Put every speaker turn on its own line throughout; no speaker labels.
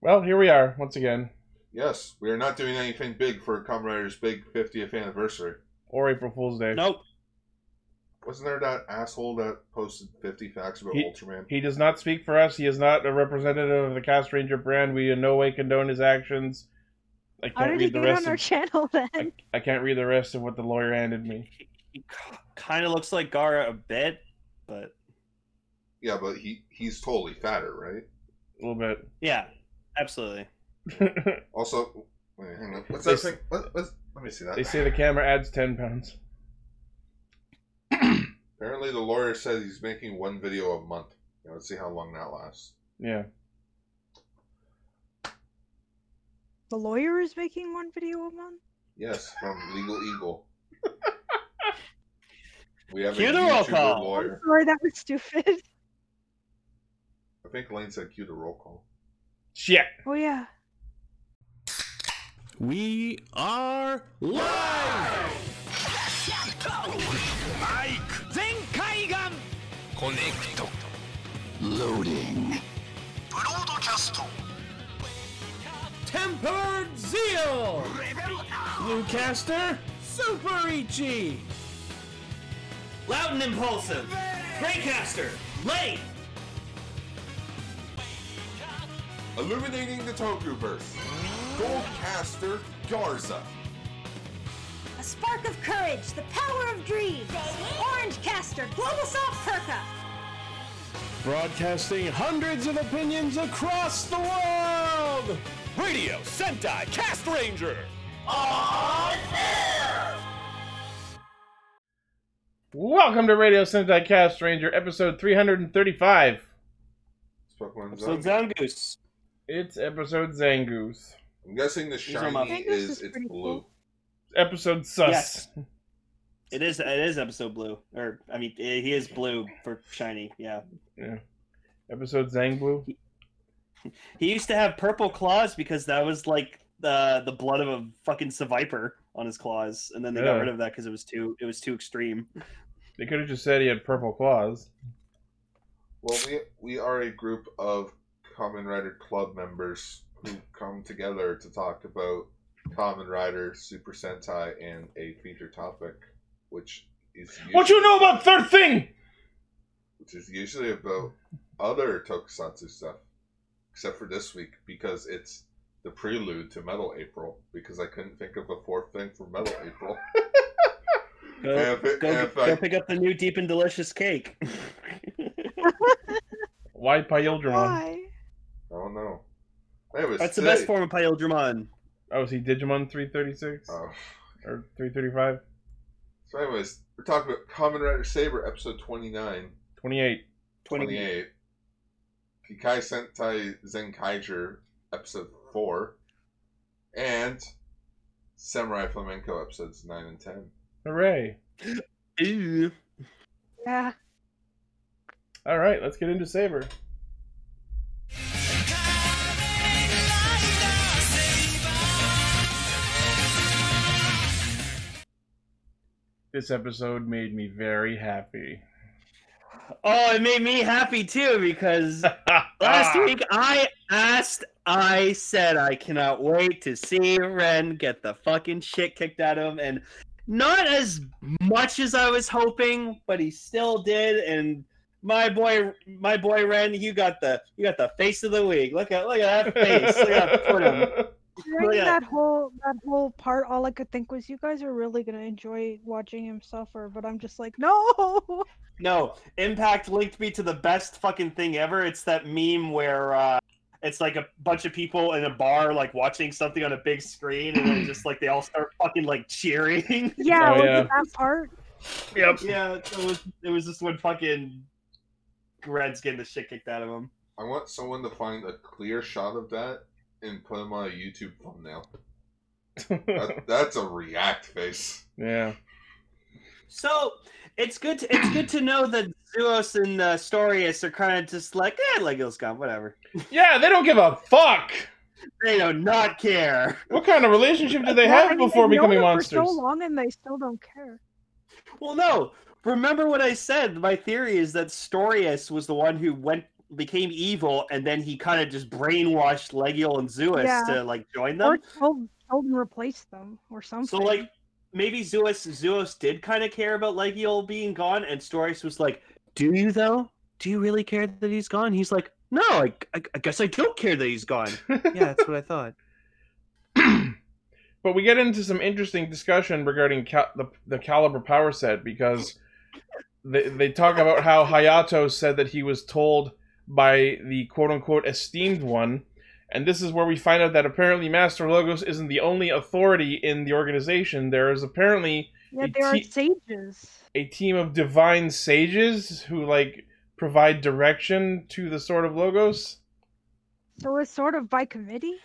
Well, here we are once again,
Yes, we are not doing anything big for Kamen Rider's big 50th anniversary.
or April Fool's Day.
Nope.
Wasn't there that asshole that posted 50 facts about
He-
Ultraman?
He does not speak for us. He is not a representative of the Cast Ranger brand. We in no way condone his actions. I can't
Already
read the
good on
rest.
our
Of,
channel then.
I, I can't read the rest of what the lawyer handed me.
He kind of looks like Gara a bit, but
Yeah, but he he's totally fatter, right?
A little bit.
yeah, absolutely.
Also, wait, hang on. What's
They
that
s-
thing? Let, let, let me see that.
They say the camera adds ten pounds.
Apparently, the lawyer says he's making one video a month. Now, let's see how long that lasts.
Yeah.
The lawyer is making one video a month.
Yes, from Legal Eagle. we have
Cue
a
the roll
YouTuber
call.
I'm
lawyer.
sorry, that was stupid.
I think Lane said cue the roll call.
Shit.
Oh yeah.
We are live!
マイク全海岸コネクトローディングブロードキャスト
Tempered Zeal! Bluecaster, Super Ichi!
Loud and impulsive. Greycaster. Late.
Illuminating the Tokuverse. Goldcaster Garza.
A spark of courage, the power of dreams. Orange Caster, Global Soft Perka.
Broadcasting hundreds of opinions across the world!
Radio Sentai Cast Ranger
Welcome to Radio Sentai Cast Ranger, episode 335.
Pokemon
So
Zombie.
Zangoose.
It's episode Zangoose.
I'm guessing the
are my-
shiny
Zangoose
is,
is
it's
pretty
blue.
cool.
Episode Sus.
Yes. It is. It is episode blue, or I mean, i he is blue for shiny. Yeah.
Episode Zangblu.
He used to have purple claws because that was like the the blood of a fucking Seviper on his claws, and then they got
Yeah.
rid of that because it was too it was too extreme.
They could have just said he had purple claws.
Well, we we are a group of Common Rider Club members who come together to talk about Common Rider, Super Sentai, and a feature topic, which is usually,
What you know about Third Thing?
which is usually about other tokusatsu stuff, except for this week because it's the prelude to Metal April because I couldn't think of a fourth thing for Metal April.
Go,
And if it-
go,
and if
go
I-
pick up the new deep and delicious cake.
Why Pyildramon?
Why?
I don't know. Anyways,
That's the best
today-
form of Pyodramon.
Oh, is he Digimon 336?
Oh.
Or 335?
So, anyways, we're talking about Common Rider Saber episode 29,
28.
28, Kikai Sentai Zenkaiger episode 4, and Samurai Flamenco episodes 9 and 10.
Hooray.
Ew.
Yeah.
All right, let's get into Saber. This episode made me very happy.
Oh, it made me happy too because last
Ah.
week I asked, I said, I cannot wait to see Ren get the fucking shit kicked out of him, and not as much as I was hoping, but he still did. And my boy, my boy Ren, you got the you got the face of the week. Look at look at that face. Look at put him.
During
yeah.
that whole that whole part, all I could think was, you guys are really gonna enjoy watching him suffer. But I'm just like, no.
No, Impact linked me to the best fucking thing ever. It's that meme where uh, it's like a bunch of people in a bar like watching something on a big screen, and then just like they all start fucking like cheering.
Yeah,
Oh,
was it
yeah.
that part?
Yep.
yeah, it was it was just when fucking Red's getting the shit kicked out of him.
I want someone to find a clear shot of that and put him on a YouTube thumbnail. That, that's a react face.
yeah.
So it's good. To, it's good to know that Zuos and uh, Storius are kind of just like, eh, Lego's gone, whatever.
Yeah, they don't give a fuck.
They do not care.
What kind of relationship did they
Yeah, I
have
mean, they've
before
known
becoming
him
monsters?
For so long, and they still don't care.
Well, no. Remember what I said? My theory is that Storius was the one who went became evil, and then he kind of just brainwashed Legiel and Zeus
Yeah.
to like join
Or
them.
told, told and replace them or something.
So like maybe Zeus Zeus did kind of care about Legiel being gone, and Storis was like, "Do you though? Do you really care that he's gone?" He's like, "No, I, I, I guess I don't care that he's gone." yeah, that's what I thought.
But we get into some interesting discussion regarding ca- the, the caliber power set because they, they talk about how Hayato said that he was told by the quote unquote esteemed one. And this is where we find out that apparently Master Logos isn't the only authority in the organization. There is apparently
yeah,
the
there are
te-
sages.
a team of divine sages who like provide direction to the sort of logos.
So it's sort of by committee.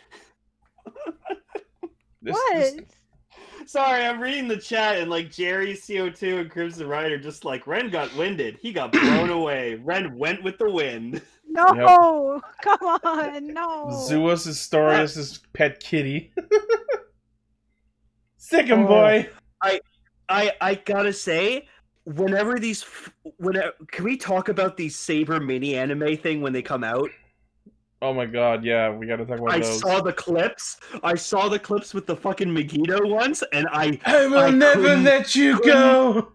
This,
what?
this-
Sorry, I'm reading the chat, and like Jerry, CO2, and Crimson Rider, just like Ren got winded. He got blown away. Ren went with the wind.
No, come on, no.
Zeus
Oh.
is Storius' pet kitty. Sick him,
Oh.
boy.
I I gotta say, whenever these, f- whenever can we talk about these Saber mini anime thing when they come out?
Oh my god, yeah, we gotta talk about
I
those.
saw the clips. I saw the clips with the fucking Megiddo ones, and I,
I will
I
never
couldn't-
let you
couldn't-
go.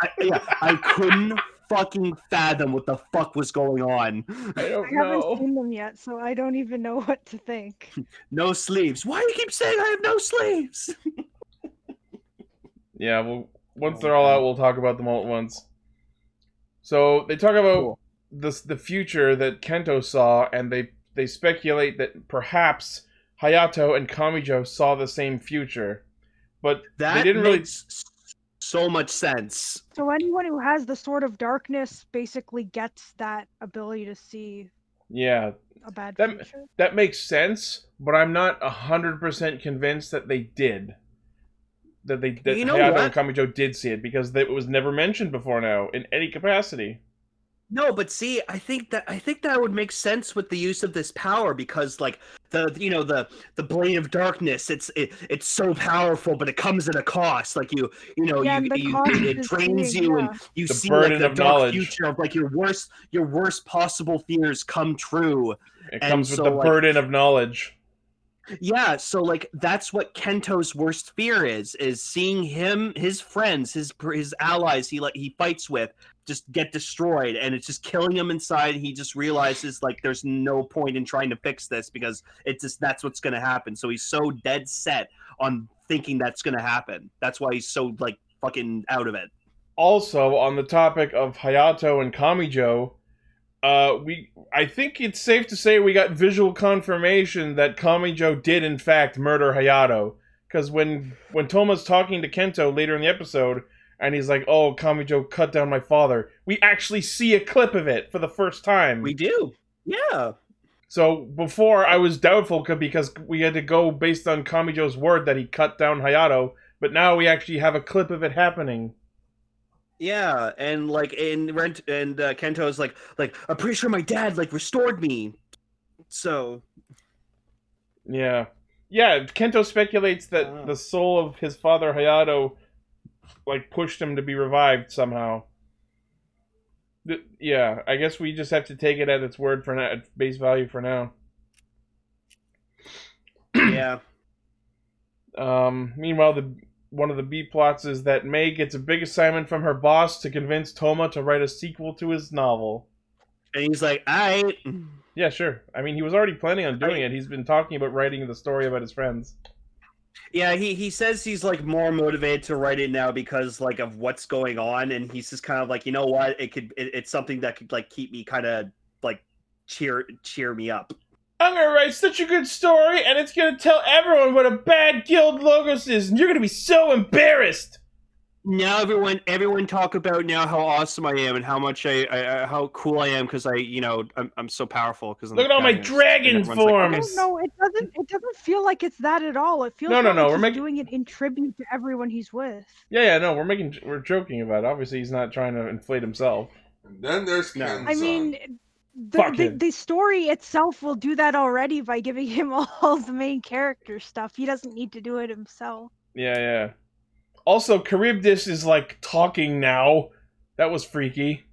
I yeah, I couldn't fucking fathom what the fuck was going on.
I
I
don't
haven't
know.
seen them yet, so I don't even know what to think.
No sleeves. Why do you keep saying I have no sleeves?
Yeah, well, once they're all out, we'll talk about them all at once. So they talk about
Cool.
this the future that Kento saw, and they they speculate that perhaps Hayato and Kamijo saw the same future, but
That
didn't really-
makes s- so much sense.
So anyone who has the sword of darkness basically gets that ability to see
yeah,
a bad
That-
future.
that makes sense. But I'm not hundred percent convinced that they did. That they that
You know
Hayato
what?
and Kamijo did see it because it was never mentioned before now in any capacity.
No, but see, I think that I think that would make sense with the use of this power because, like the you know the the blade of darkness, it's it, it's so powerful, but it comes at a cost. Like you you know
yeah,
Oh, you,
and the
you
cost
it
is
drains
seeing,
you
yeah.
and you
The
see
burden
like the
of
dark
knowledge.
future of like your worst your worst possible fears come true.
It
And
comes
so,
with the
like-
burden of knowledge.
Yeah, so like that's what Kento's worst fear is is seeing him his friends, his his allies he like he fights with just get destroyed and it's just killing him inside and he just realizes like there's no point in trying to fix this because it's just that's what's going to happen. So he's so dead set on thinking that's going to happen. That's why he's so like fucking out of it.
also on the topic of Hayato and Kamijo, uh, we I think it's safe to say we got visual confirmation that Kamijo did in fact murder Hayato. Because when when Toma's talking to Kento later in the episode, and he's like, "Oh, Kamijo cut down my father," we actually see a clip of it for the first time.
We do. Yeah.
so before I was doubtful c- because we had to go based on Kamijo's word that he cut down Hayato, but now we actually have a clip of it happening.
Yeah, and like in rent and uh, Kento's like like I'm pretty sure my dad like restored me. So
Yeah. Yeah, Kento speculates that
Wow.
the soul of his father Hayato like pushed him to be revived somehow. Th- yeah, I guess we just have to take it at its word for now, at base value for now.
yeah.
Um, meanwhile, the one of the B plots is that May gets a big assignment from her boss to convince Toma to write a sequel to his novel.
And he's like, I.
Yeah, sure. I mean, he was already planning on doing
I-
it. He's been talking about writing the story about his friends.
Yeah, he, he says he's like more motivated to write it now because like of what's going on. And he's just kind of like, you know what? It could, it, it's something that could like keep me kind of like cheer, cheer me up.
I'm gonna write such a good story, and it's gonna tell everyone what a bad guild logos is, and you're gonna be so embarrassed.
Now everyone, everyone talk about now how awesome I am and how much I, I, I how cool I am because I, you know, I'm, I'm so powerful because
Look at all my dragon
I
forms.
don't know. It doesn't. It doesn't feel like it's that at all. It feels
No, no,
more
no,
Like
we're
he's
making-
doing it in tribute to everyone he's with.
Yeah, yeah, no, we're making, we're joking about. it. Obviously, he's not trying to inflate himself.
And then there's
No.
Ken's
I mean, the,
Fuck
the,
him.
the story itself will do that already by giving him all the main character stuff. He doesn't need to do it himself.
Yeah, yeah. Also, Charybdis is like talking now. That was freaky.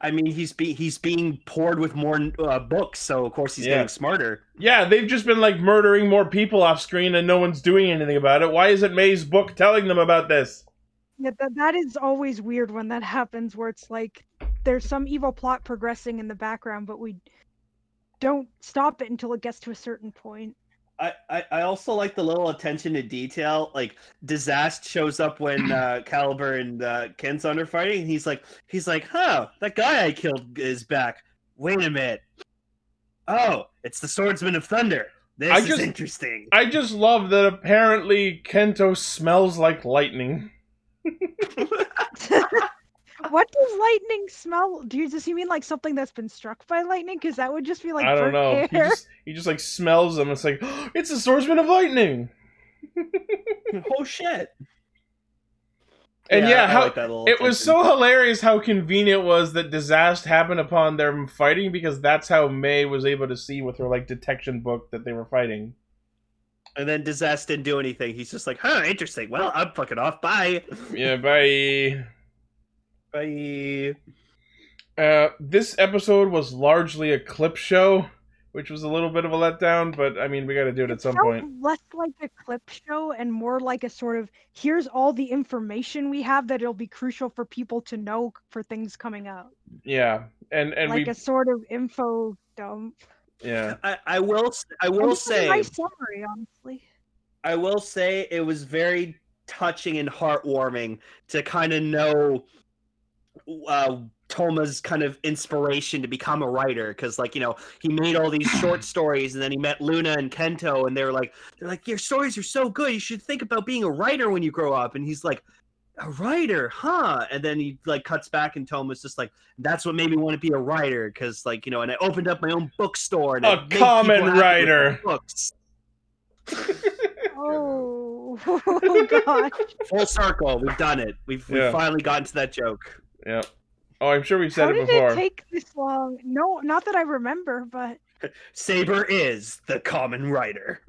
I mean, he's be- he's being poured with more uh, books, so of course he's
Yeah.
getting smarter.
Yeah, they've just been like murdering more people off screen and no one's doing anything about it. Why isn't May's book telling them about this?
Yeah, that, that is always weird when that happens, where it's like there's some evil plot progressing in the background, but we don't stop it until it gets to a certain point.
I, I, I also like the little attention to detail. Like Disaster shows up when uh, Caliber and uh, Kenzan are fighting, and he's like, he's like, huh, that guy I killed is back. Wait a minute. Oh, it's the Swordsman of Thunder. This
I
is
just-
interesting.
I just love that apparently Kento smells like lightning.
What does lightning smell? Do you just you mean like something that's been struck by lightning? Because that would just be like
I don't
burnt
know. He
hair.
just he just like smells them. It's like it's the swordsman of lightning.
oh shit.
And yeah,
I
how-
that little
It was
attention.
so hilarious how convenient it was that disaster happened upon them fighting because that's how May was able to see with her like detection book that they were fighting.
And then Disaster didn't do anything. He's just like, huh, interesting. Well, I'm fucking off. Bye.
Yeah, bye.
Bye.
Uh, this episode was largely a clip show, which was a little bit of a letdown, but I mean, we got to do it at some
Felt
point.
less like a clip show and more like a sort of here's all the information we have that it'll be crucial for people to know for things coming up.
Yeah, and and
like
we
a sort of info dump.
yeah
I, I will s- I
And
will
just a
say
nice summary, honestly.
I will say it was very touching and heartwarming to kind of know uh, Toma's kind of inspiration to become a writer because, like, you know, he made all these short stories and then he met Luna and Kento, and they were like, they're like, your stories are so good. You should think about being a writer when you grow up. And he's like, a writer, huh? And then he like cuts back, and Toma's just like, that's what made me want to be a writer because, like, you know, and I opened up my own bookstore and I
A
made people
common
happy with my
writer.
books.
Oh, god.
full circle. We've done it. We've,
Yeah.
we've finally gotten to that joke.
yeah. Oh, I'm sure we've said
How
it
did
before.
it take this long? No, not that I remember, but
Saber is the common writer.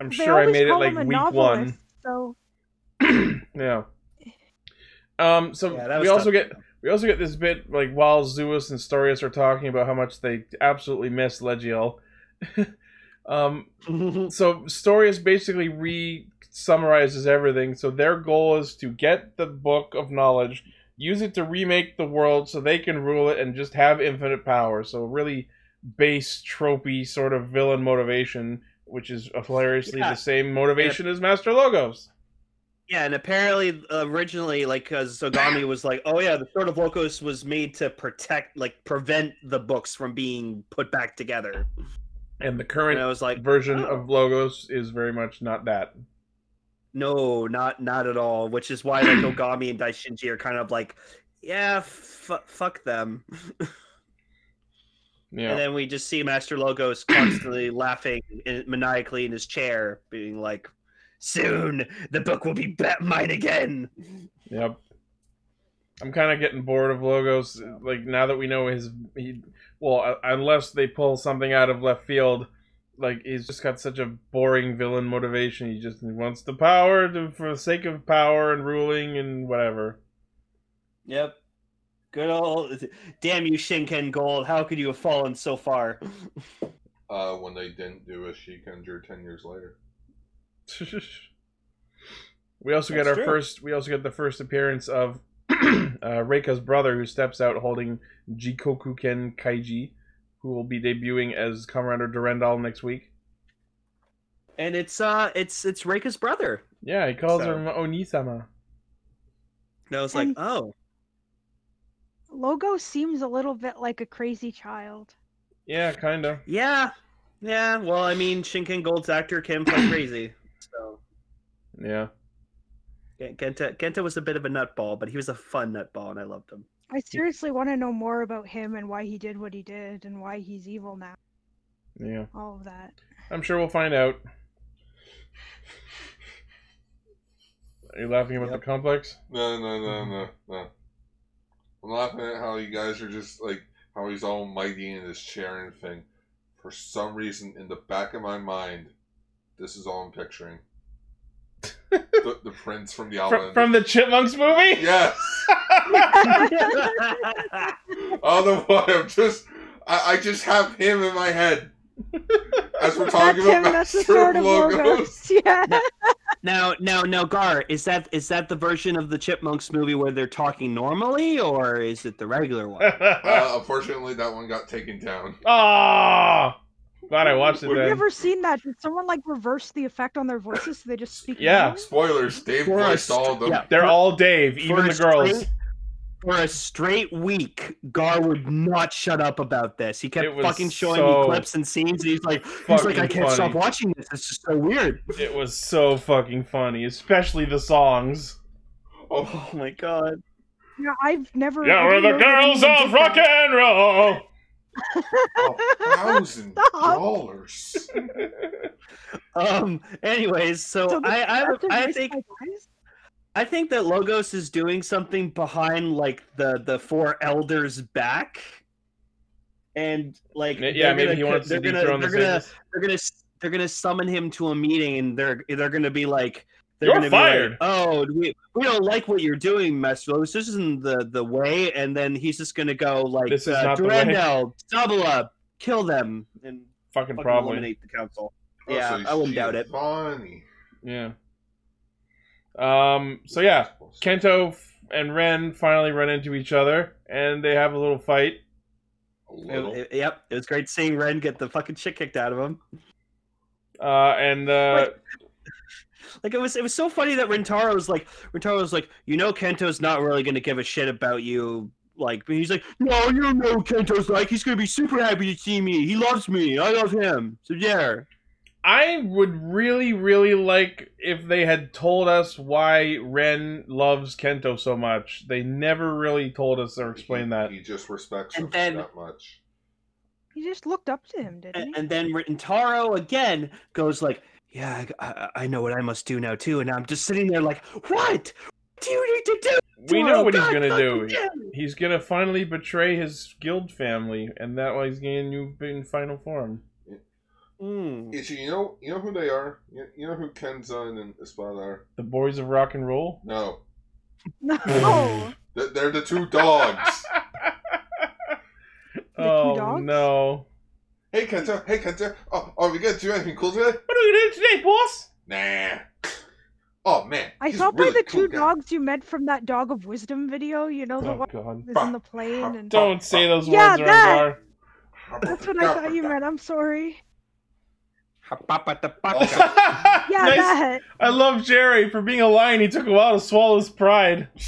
I'm
they
sure I
always
made it
call
like
him a
week
novelist, So
one. yeah. Um. So
Yeah, that
we
was
also
tough.
get we also get this bit like while Zeus and Storius are talking about how much they absolutely miss Legiel. um. so Storius basically re summarizes everything. So their goal is to get the book of knowledge, use it to remake the world so they can rule it and just have infinite power. So really base tropey sort of villain motivation, which is hilariously
Yeah.
the same motivation as Master Logos.
yeah, and apparently originally, like, uh, Zogami was like, "Oh yeah, the Sword of Locos was made to protect, like, prevent the books from being put back together."
And the
And I
current
was like,
version
oh.
of Logos is very much not that.
"No, not not at all." Which is why like Ogami and Daishinji are kind of like, "Yeah, f- fuck them."
Yeah.
And then we just see Master Logos constantly laughing in, maniacally in his chair, being like, "Soon the book will be ba- mine again."
Yep. I'm kind of getting bored of logos. Like now that we know his, he, well, uh, unless they pull something out of left field, like he's just got such a boring villain motivation. He just wants the power to, for the sake of power and ruling and whatever.
Yep. Good old damn you, Shinken Gold. How could you have fallen so far?
Uh, when they didn't do a Shikenja ten years later.
we also
That's
get our
true.
first. We also get the first appearance of uh, Reika's brother, who steps out holding Jikoku Ken Kaiji, who will be debuting as Commander Durandal next week.
And it's uh, it's it's Reika's brother.
Yeah, he calls
So-
her Onisama.
And I was like,
And-
oh,
Logo seems a little bit like a crazy child.
Yeah, kind of.
yeah, yeah. Well, I mean, Shinken Gold's actor can play crazy, so
Yeah.
Ken- Kenta Kenta was a bit of a nutball, but he was a fun nutball, and I loved him.
I seriously want to know more about him and why he did what he did and why he's evil now.
Yeah.
All of that.
I'm sure we'll find out. Are you laughing about
Yep.
the complex?
No, no, no,
Mm-hmm.
no, no. I'm laughing at how you guys are just like how he's all mighty in his chair and thing. For some reason, in the back of my mind, this is all I'm picturing. the, the prince from the
From,
Outlander.
from the Chipmunks movie?
yes, On the one, I'm just, I, I just have him in my head as we're talking
that's
about
him. That's the
Master
sword of
logos.
logos. Yeah.
now, now, now, Gar, is that is that the version of the Chipmunks movie where they're talking normally, or is it the regular one?
Uh, unfortunately, that one got taken down.
Ah, glad I watched it
We've
I've
then.
never seen that. Did someone like reverse the effect on their voices so they just speak?
Yeah.
normally?
Spoilers: Dave
For a
voiced all of them.
yeah,
They're
for-
all Dave,
for
even
a
the girls.
straight- For a straight week, Gar would not shut up about this. He
It
kept
was
fucking showing
so
me clips and scenes, and he's like, he's like,
fucking
I can't
funny.
stop watching this. This is so weird.
It was so fucking funny, especially the songs.
Oh,
my god.
Yeah, I've never.
Yeah,
I
we're the
didn't know that
girls
anyone
of
did that.
rock and roll.
Oh.
a thousand
Stop.
dollars.
Um. Anyways, so,
So the
I, I,
craft of
I
Nice
think,
Guy Guys?
I think that Logos is doing something behind like the the four elders back, and like
Yeah,
they're
maybe
gonna
he
co-
wants to
they're gonna-
dethrone the
they're gonna
Satanist.
they're gonna s- they're gonna summon him to a meeting, and they're they're gonna be like they're
You're
gonna
fired.
Be like, oh, we we don't like what you're doing, Master Logos. This isn't the the way. And then he's just gonna go like
This is
uh,
not the way.
Durandal, double up, kill them, and
Fucking
fucking
probably.
eliminate the council. Yeah, I wouldn't doubt it.
Funny.
Yeah. Um. So yeah, Kento f- and Ren finally run into each other, and they have a little fight.
It- it- yep, it was great seeing Ren get the fucking shit kicked out of him.
Uh, and uh,
Like it was, it was so funny that Rentaro was like, Rentaro was like, you know, Kento's not really gonna give a shit about you. Like, but he's like, no, you know, what Kento's like, he's gonna be super happy to see me. He loves me. I love him. So yeah,
I would really, really like if they had told us why Ren loves Kento so much. They never really told us or explained that.
He just respects
And
him
then-
that much.
He just looked up to him, didn't
Mm-hmm.
and,
he?
and then Rentaro again goes like, yeah, I, I, I know what I must do now too. And I'm just sitting there like, what? What do you need to do?
We know
tomorrow?
what he's
God
gonna do.
fucking damn it."
He's gonna finally betray his guild family, and that way he's gonna new in final form.
Hmm.
Mm.
Ichi, you know, you know who they are. You, you know who Kenzan and Espada are.
The boys of rock and roll.
No,
No.
Th- they're the two dogs.
two
oh
dogs?
no!
hey Kento, hey Kento. Oh, are we gonna do anything cool today?
What are you doing today, boss?
Nah. Oh man.
I
he's
saw by
really
the
cool
two
guy.
dogs you met from that Dog of Wisdom video. You know the
Oh
one
god!
that's in the plane, and
Don't say those
Yeah,
words,
that-
Rengar.
that's what I thought you meant. I'm sorry.
Oh.
Also,
Yeah,
Nice.
that.
I love Jerry for being a lion. He took a while to swallow his pride.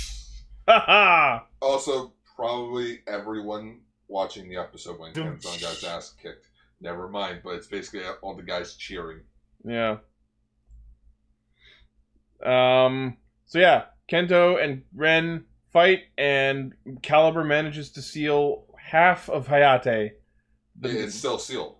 Ha
also, probably everyone watching the episode when Kenzan got his ass kicked. Never mind, but it's basically all the guys cheering.
Yeah. Um. So yeah, Kento and Ren fight, and Caliber manages to seal half of Hayate. The-
It's still sealed.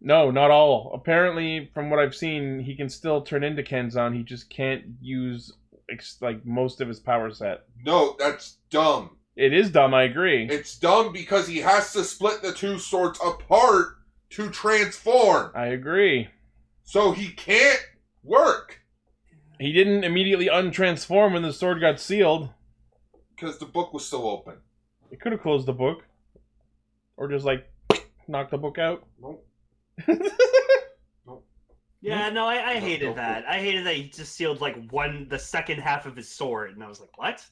No, not all. Apparently, from what I've seen, he can still turn into Kenzan. He just can't use ex- like most of his power set.
No, that's dumb.
It is dumb. I agree.
It's dumb because he has to split the two swords apart to transform.
I agree.
So he can't work
He didn't immediately untransform when the sword got sealed.
because the book was still open.
It could have closed the book, or just like knocked the book out.
Nope.
Yeah, no, I, I
No,
hated
no.
that. I hated that he just sealed like one, the second half of his sword, and I was like, what?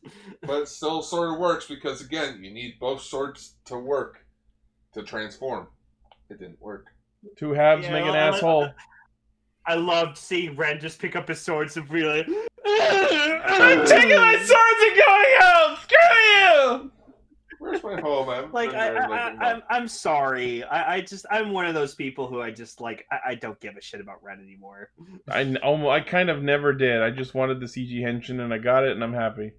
But it still sort of works because, again, you need both swords to work to transform. It didn't work.
Two halves
Yeah,
make an
well, I-
asshole.
I loved seeing Ren just pick up his swords and be like,
I'm taking my swords and going home. Screw you!
Where's my home? I haven't
like
been
I,
there in, like,
I,
a
I,
month.
I'm, I'm sorry. I, I just, I'm one of those people who I just like, I, I don't give a shit about Ren anymore.
I n- almost, I kind of never did. I just wanted the CG henshin, and I got it, and I'm happy.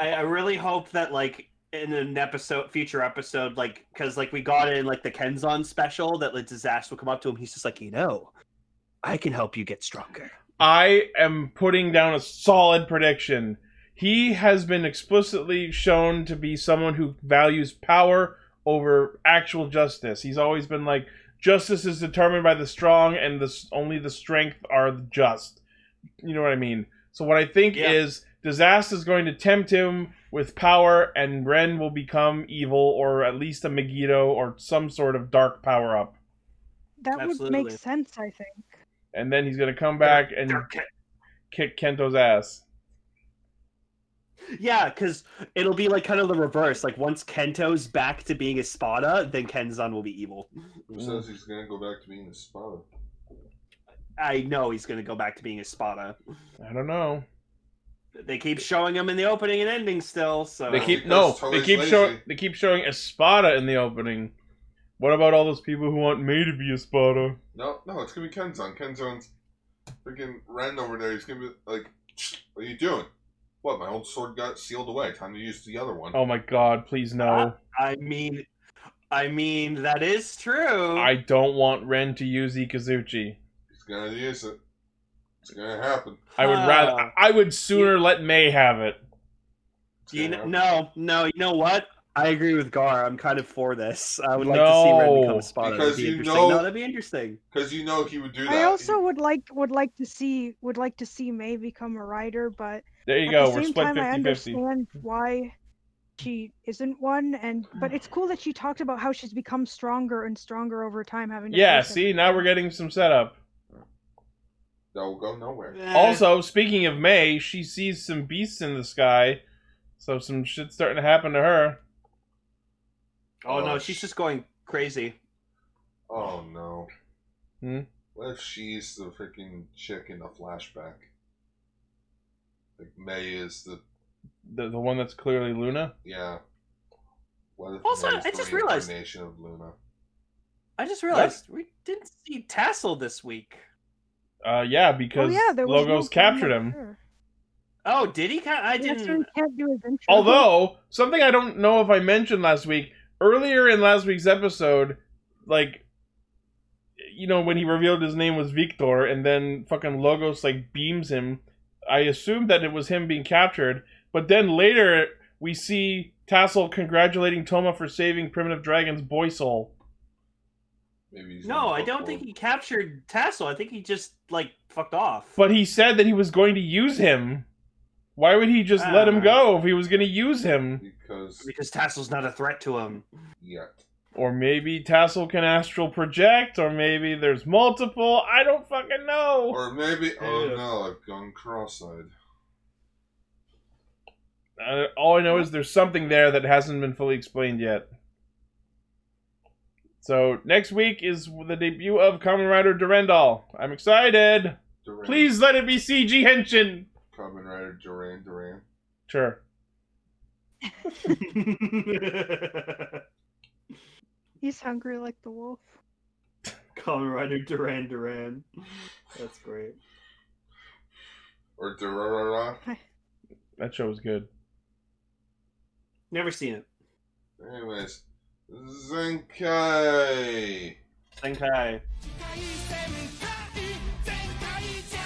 I, I really hope that like in an episode, future episode, like because like we got it in like the Kenzon special that like disaster will come up to him. He's just like, you know, I can help you get stronger.
I am putting down a solid prediction. He has been explicitly shown to be someone who values power over actual justice. He's always been like, justice is determined by the strong, and the, s- only the strength are the just. You know what I mean? So what I think
Yeah.
is, disaster is going to tempt him with power, and Ren will become evil, or at least a Megiddo, or some sort of dark power up.
That would
Absolutely.
make sense, I think.
And then he's gonna come back and kick Kento's ass.
Yeah, because it'll be like kind of the reverse. Like once Kento's back to being a Spada, then Kenzan will be evil.
Who says he's gonna go back to being a spy?
I know he's gonna go back to being a Spada.
I don't know.
They keep showing him in the opening and ending still, so
They keep no.
because
They
Toei's
keep showing.
lazy.
They keep showing Espada in the opening. What about all those people who want me to be Espada?
No, no, it's gonna be Kenzon. Kenzon's freaking Ren over there. He's gonna be like, "What are you doing? What? My old sword got sealed away. Time to use the other one."
Oh my God! Please no.
I mean I mean that is true.
I don't want Ren to use Ikazuchi.
He's gonna use it. It's gonna happen.
I would
Huh.
rather. I would sooner let May have it.
It's
You
gonna
know,
happen.
no, no, you know what? I agree with Gar. I'm kind of for this. I would like to see
No.
Ren become a Spada. That'd
Because
be
you
interesting.
know-
No, that'd be interesting.
Because you know he would do that.
I also would like would like to see would like to see May become a writer, but
There you
at
go.
the
We're
same
split
time, I
50-50.
understand why she isn't one. And but it's cool that she talked about how she's become stronger and stronger over time. Having to
Yeah.
face it.
See, now we're getting some setup.
That will go nowhere.
Also, speaking of May, she sees some beasts in the sky, so some shit's starting to happen to her.
Oh no, she's just going crazy.
Oh no.
Hmm?
What if she's the freaking chick in the flashback? Like May is the
The, the one that's clearly Luna.
yeah. What if
Also,
May's
I
the
just realized-
reincarnation of Luna?
I just realized we didn't see Tassel this week.
Uh, yeah,
Oh,
because
yeah, there was no
Logos
film
captured
with
him.
her.
Oh, did he? Ca- I
That's why
didn't.
we can't do his intro.
Although something I don't know if I mentioned last week, earlier in last week's episode, like you know when he revealed his name was Victor, and then fucking Logos like beams him. I assumed that it was him being captured, but then later we see Tassel congratulating Toma for saving Primitive Dragon's boy soul.
Maybe he's in
No,
the
I
book
don't
world.
think he captured Tassel. I think he just like fucked off.
But he said that he was going to use him. Why would he just let him
Ah.
go if he was going to use him?
because
because Tassel's not a threat to him.
yeah.
Or maybe Tassel can astral project, or maybe there's multiple. I don't fucking know.
Or maybe oh
Yeah.
no, I've gone cross-eyed.
Uh, all I know is there's something there that hasn't been fully explained yet. So next week is the debut of Kamen Rider Durandal. I'm excited.
Duran,
Please let it be CG Henshin.
Kamen Rider Duran Duran.
Sure.
He's hungry like the wolf.
Kamen Rider Duran Duran. That's great.
Or Durarara.
That show was good.
Never seen it.
Anyways. Zenkai!
Senkai.
世界全開全開じゃ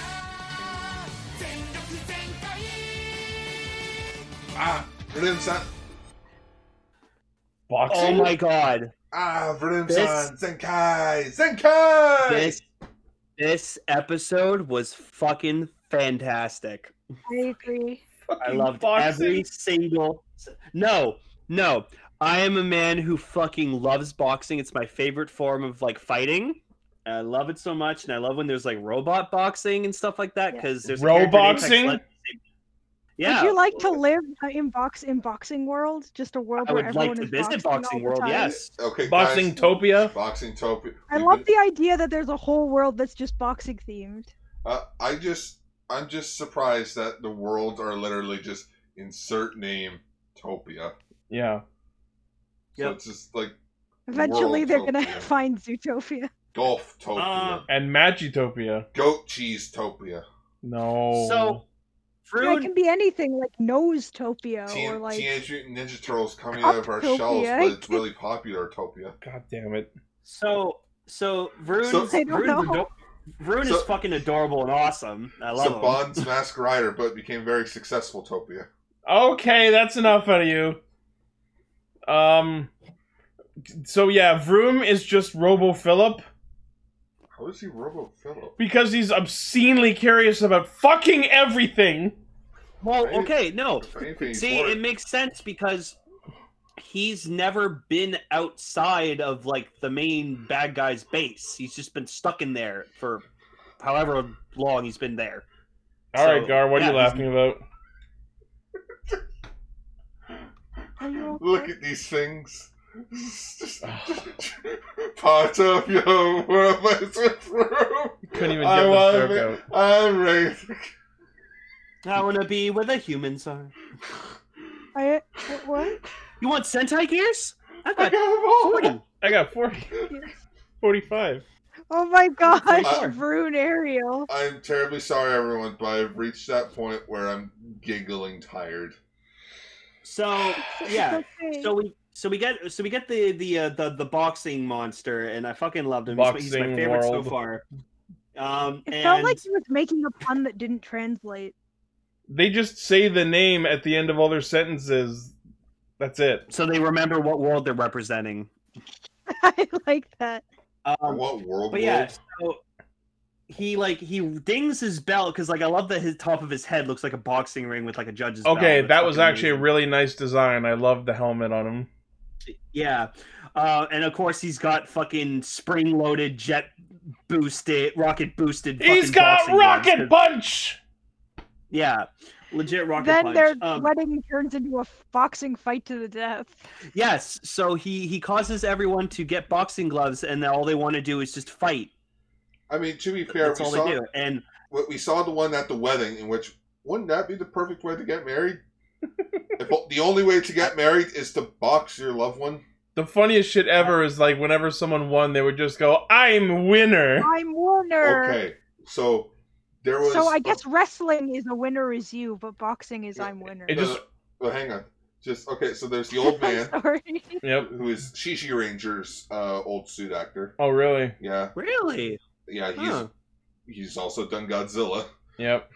全力全開
Ah! Rinsan!
Oh
Boxing.
my god.
Ah! Rinsan!
This-
Zenkai! Zenkai!
This this episode was fucking fantastic.
I agree.
I
Fucking
loved
boxing.
every single. No, no. I am a man who fucking loves boxing. It's my favorite form of like fighting. I love it so much, and I love when there's like robot boxing and stuff like that
Yeah.
because there's a character named
Roboxing?
Tex Lev- Yeah,
Would you like to live in box in boxing world? Just a world
I
where
would
everyone
like to
is
visit
boxing, all
boxing
the
world.
time?
Yes,
Okay,
Boxing
guys.
Topia.
Boxing Topia.
I
We've
love
been-
the idea that there's a whole world that's just boxing themed.
Uh, I just... I'm just surprised that the worlds are literally just insert name Topia.
Yeah.
So
Yep.
it's just like
Eventually, they're gonna
Worldtopia.
find Zootopia.
Golf Topia.
Uh,
And Magitopia.
Goat Cheese Topia.
No.
So-
Yeah,
Fruit.
it can be anything like Nosetopia
Teen-
or Oh, like
Teenage Mutant Ninja Turtles coming out of our shells,
Uptopia.
but it's really popular, Topia.
God damn it.
So so Vroon.
So-
I don't
Vroon's
know.
ador- Vroon
So-
is fucking adorable and awesome. I love
So
him.
Bond's Mask Rider, but became very successful, Topia.
Okay, that's enough out of you. Um. So yeah, Vroom is just Robo Philip
How is he Robo Philip?
because he's obscenely curious about fucking everything.
Well,
I ain't-
okay, no.
I ain't paying
See,
for
it makes sense because he's never been outside of like the main bad guy's base. He's just been stuck in there for however long he's been there.
All right,
So,
Gar, what are you
yeah, he's-
laughing about?
Are you
Look
okay?
at these things. Part of your world is with room.
Couldn't even
I
get the
wanna
joke
be-
out.
I'm ready.
I want to be where the humans are.
I, wh- what?
You want Sentai gears? I've
I got
got
them all.
forty.
I got 40, 45.
Oh my
Sure.
gosh, Brune Ariel.
I'm terribly sorry, everyone, but I've reached that point where I'm giggling tired.
So yeah.
Okay.
So we so we get so we get the the uh, the the boxing monster, and I fucking loved him. he's, my- he's
Boxing
my favorite
world.
so far. Um,
it
and
felt like he was making a pun that didn't translate.
They just say the name at the end of all their sentences. That's it.
so they remember what world they're representing.
I like that.
Um,
what world? world?
but yeah, so he like he dings his belt because like I love that his top of his head looks like a boxing ring with like a judge's. belt.
Okay,
It's
that was
fucking
actually a
amazing.
really nice design. I love the helmet on him.
yeah, uh, and of course he's got fucking spring loaded jet boosted rocket boosted.
He's
fucking
got
boxing gloves.
rocket punch.
Yeah, legit rocket.
then
punch.
their
Um,
wedding turns into a boxing fight to the death.
Yes, so he he causes everyone to get boxing gloves, and all they want to do is just fight.
I mean, to be fair,
That's
we
all
saw,
they do. And
we- we saw the one at the wedding, in which wouldn't that be the perfect way to get married? if the only way to get married is to box your loved one.
The funniest shit ever is like whenever someone won, they would just go, "I'm winner."
I'm Warner.
Okay, so there was.
So I guess wrestling is a winner is you, but boxing is
Yeah,
I'm winner.
It
No,
just
no, well, hang on. Just okay. So there's the old man
Sorry.
yep.
who is Shishi Ranger's uh, old suit actor.
Oh really?
Yeah,
really,
yeah. He's
Huh.
he's also done Godzilla.
Yep.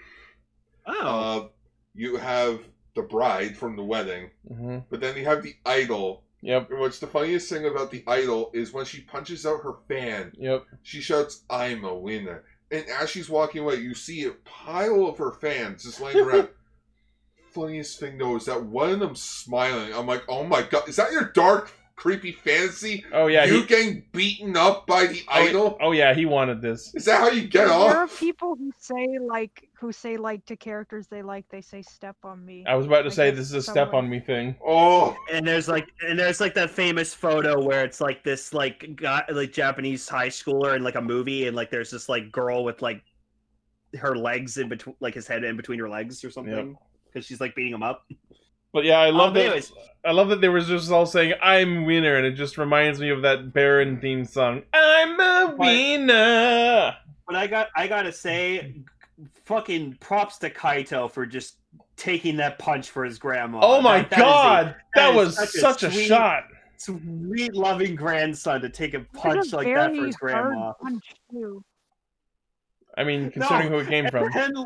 oh,
Uh, you have the bride from the wedding,
hmm
but then you have the idol.
Yep.
And what's the funniest thing about the idol is when she punches out her fan,
Yep.
she shouts, "I'm a winner!" And as she's walking away, you see a pile of her fans just laying around. Funniest thing though is that one of them smiling. I'm like, "Oh my god, is that your dark, creepy fantasy?
Oh yeah.
you
He,
getting beaten up by the idol?
oh yeah. He wanted this.
Is that how you get
there are
off?"
people who say like who say like to characters they like. They say "step on me."
I was about to
I
say
guess
this is a step
someone-
on me thing.
Oh,
and there's like and there's like that famous photo where it's like this like guy like Japanese high schooler in like a movie, and like there's this like girl with like her legs in between, like his head in between her legs or something, because she's like beating him up.
But yeah, I love
Um, but
that.
anyways,
I love that they were just all saying "I'm winner," and it just reminds me of that Baron theme song. I'm a
But-
winner.
But I got I gotta say, fucking props to Kaito for just taking that punch for his grandma.
Oh my
That- that is a
god, that,
that is
was
such a
such a,
sweet-
shot.
sweet loving grandson to take a
It's
punch
a
like that
very
for his grandma.
hard punch, too.
I mean, considering who it came from.
And,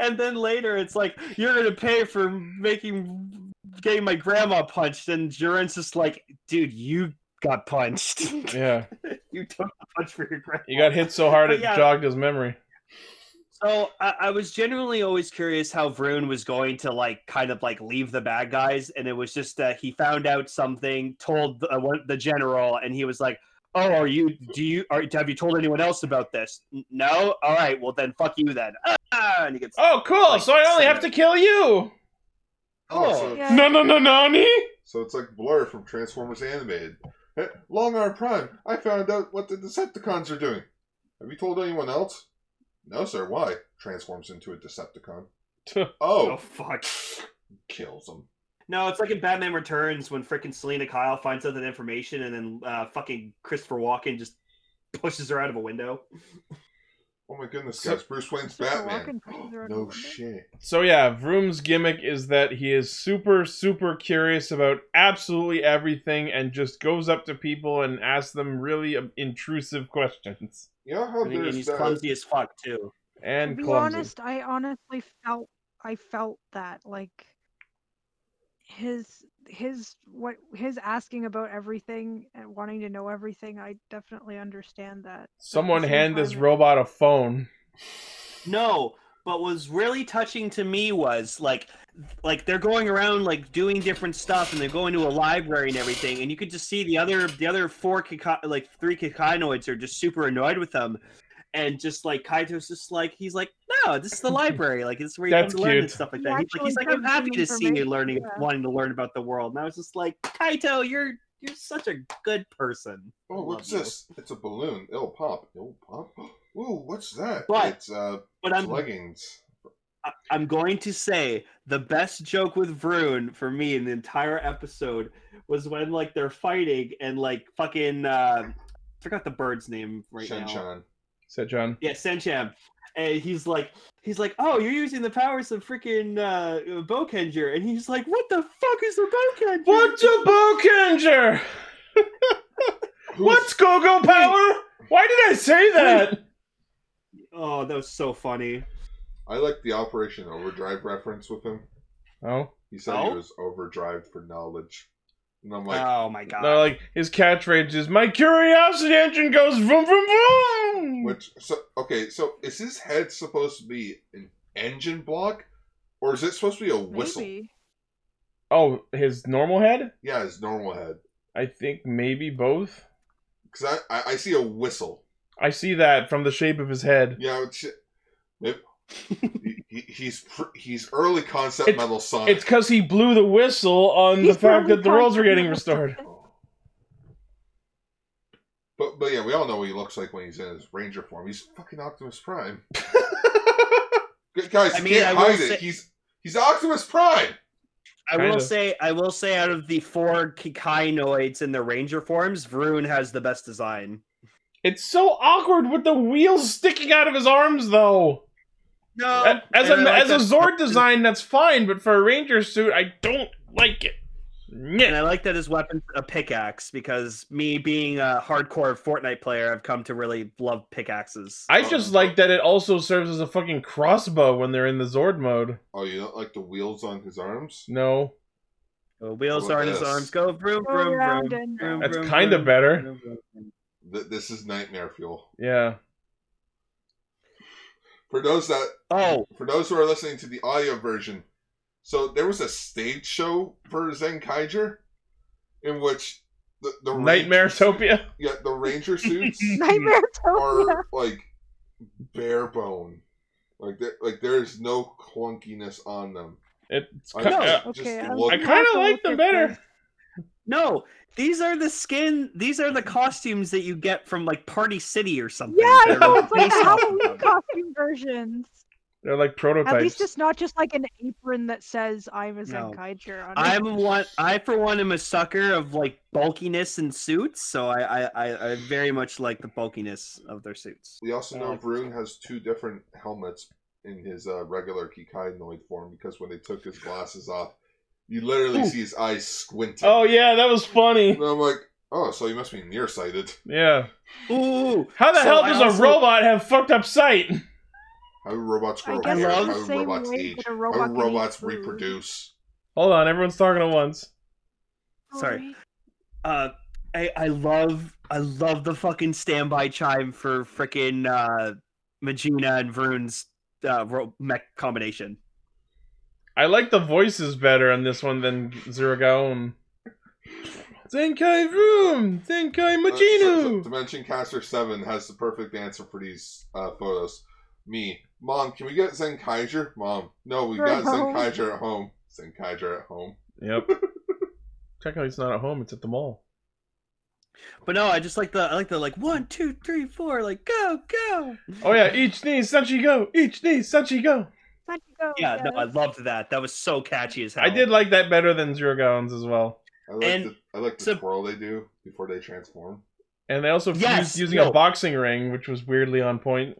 and then later it's like, you're gonna pay for making getting my grandma punched, and Jiren's just like, dude, you got punched.
Yeah,
you took the punch for your grandma.
you got hit so hard
But
it
yeah.
jogged his memory.
So I, I was genuinely always curious how Vroon was going to like kind of like leave the bad guys, and it was just that he found out something, told the, uh, one- the general, and he was like, "Oh, are you? Do you? Are, have you told anyone else about this? "N- No. All right. Well, then fuck you then." Ah, and he gets.
Oh, cool!
Like,
so I only have to kill you.
oh, so,
Yeah.
No, no, no, nani.
so it's like Blur from Transformers Animated. Eh, Long Arm Prime, I found out what the Decepticons are doing. Have you told anyone else? No, sir. Why? Transforms into a Decepticon.
Oh
Oh,
fuck!
kills him.
No, it's like in Batman Returns when freaking Selena Kyle finds out that information, and then uh, fucking Christopher Walken just pushes her out of a window.
Oh my goodness,
So-
guys! Bruce Wayne's
So we're
Batman. Oh,
walking through there in a
no
window?
shit.
So yeah, Vroom's gimmick is that he is super, super curious about absolutely everything, and just goes up to people and asks them really um, intrusive questions.
You know how
And, he-
Oh,
and
there's
he's
that.
clumsy as fuck too.
to
And
be
clumsy.
honest, I honestly felt I felt that like his his what his asking about everything and wanting to know everything. I definitely understand that.
Someone
same
hand this
time-
robot a phone.
No, But what was really touching to me was like like they're going around like doing different stuff and they're going to a library and everything and you could just see the other the other four Kika- like three Kikinoids are just super annoyed with them and just like Kaito's just like he's like no this is the library like this is where you
That's
come to learn
cute.
and stuff like
He
that he's like, he's
actually
like I'm
gives them
happy to see you
information,
learning
yeah.
wanting to learn about the world and I was just like Kaito you're you're such a good person
Oh, what's
Love you.
this? It's a balloon. It'll pop. It'll pop. Ooh, what's that?
But-
it's uh,
but
it's
I'm
leggings.
I- I'm going to say the best joke with Vroon for me in the entire episode was when like they're fighting and like fucking uh forgot the bird's name right now.
Shinchan.
Said John.
Yeah, Sencham. And he's like he's like, "Oh, you're using the powers of freaking uh Bokenger." And he's like, "What the fuck is a Bokenger?"
What's a Bokenger? What's Go-Go Power? Why did I say that?
Oh, that was so funny.
I like the Operation Overdrive reference with him.
Oh.
He said he
Oh?
was overdrive for knowledge, and I'm like,
oh my god.
No, like his catchphrase is "My curiosity engine goes vroom vroom vroom."
which so okay, so is his head supposed to be an engine block, or is it supposed to be a whistle?
Maybe.
Oh, his normal head?
Yeah, his normal head.
I think maybe both.
Because I, I I see a whistle.
I see that from the shape of his head.
Yeah, it's, maybe, he, he- he's pr- he's early concept
It's-
metal Sonic.
It's because he blew the whistle on
He's
the fact
probably
that the roles were getting
constantly-
restored.
But but yeah, we all know what he looks like when he's in his ranger form. He's fucking Optimus Prime. Gu- Guys,
I
you
mean, I
can't
will
hide
say-
it. He's he's Optimus Prime.
I will
Kinda.
say I will say out of the four Kikainoids in the Ranger forms, Vroon has the best design.
It's so awkward with the wheels sticking out of his arms, though.
No,
A- As a
and I like
as a
that-
Zord design, that's fine, but for a Ranger suit, I don't like it.
And
Nyeh.
I like that his weapon's a pickaxe because me being a hardcore Fortnite player, I've come to really love pickaxes.
I just like that it also serves as a fucking crossbow when they're in the Zord mode.
Oh, you don't like the wheels on his arms?
No,
The wheels
Look at
are in his
this.
arms. Go vroom
Go
vroom vroom.
around and
vroom,
round.
that's
vroom,
kind of
vroom,
better.
vroom, vroom, vroom.
Th- this is nightmare fuel.
Yeah.
For those that
Oh,
for those who are listening to the audio version, so there was a stage show for Zenkaiger in which the the
Nightmare
ranger,
Topia.
yeah the ranger suits
Nightmare Topia.
are like bare bone, like there like there is no clunkiness on them.
It's
I
ki-
No.
uh,
just
Okay,
look-
I kind of like them better.
no. These are the skin. These are the costumes that you get from like Party City or something.
Yeah, I
They're
know. It's like
based off of
Halloween
them.
costume versions.
They're like
At least
prototypes.
it's not just like an apron that says "I'm a
No.
Zenkaiger" on it.
I'm one. I for one am a sucker of like bulkiness in suits, so I I, I, I very much like the bulkiness of their suits.
We also know
Uh,
Vroon has two different helmets in his uh, regular Kikainoid form because when they took his glasses off, you literally see his eyes squinting.
Oh yeah, that was funny.
And I'm like, oh, so you must be nearsighted.
Yeah.
Ooh,
How the
So
hell
I
does a
also-
robot have fucked up sight?
How do robots
I
grow?
guess
hair?
love
it's
How
the
do
same
robots
way
age?
that a
How
robot
do
can eat
robots
food.
reproduce?
Hold on, everyone's talking at once.
Sorry. uh, I I love I love the fucking standby chime for frickin' uh, Magina and Vroon's uh, ro- mech combination.
I like the voices better on this one than Zurigaon. Zenkai Vroom! Zenkai
Uh, so- so
Majinu!
Dimension Caster 7 has the perfect answer for these uh, photos. Me. Mom, can we get Zenkaiger? Mom. No, we've
We're
got
at home.
Zenkaiger at home. Zenkaiger at home.
Yep. Technically, it's not at home, it's at the mall.
But no, I just like the I like the like one two three four like go go.
Oh, yeah, each knee, Sanchi go! Each knee, Sanchi go!
How'd you go?
Yeah, no, I
Yes.
loved that. That was so catchy as hell.
I did like that better than Zurigaon's as well.
I like
And-
the, I like the
so-
twirl they do before they transform.
And they also
Yes,
fused using a
no.
boxing ring, which was weirdly on point.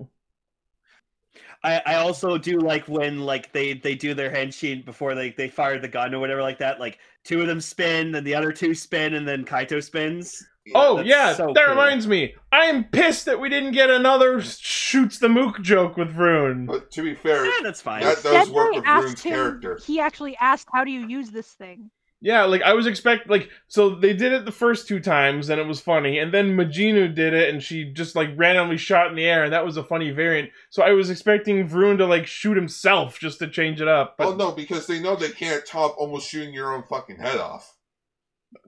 I, I also do like when like they they do their handshake before they they fire the gun or whatever like that. Like two of them spin, then the other two spin, and then Kaito spins.
oh,
that's
yeah,
so
that
cool.
reminds me. I am pissed that we didn't get another shoots the mook joke with Rune.
But to be fair,
Yeah, that's fine.
That does
Instead,
work
they
with
asked
Vroom's
him-
character.
He actually asked, "How do you use this thing?"
Yeah, like I was expect like so they did it the first two times and it was funny, and then Majinu did it and she just like randomly shot in the air and that was a funny variant. So I was expecting Vroon to like shoot himself just to change it up, but
Well, oh, no, because they know they can't top almost shooting your own fucking head off.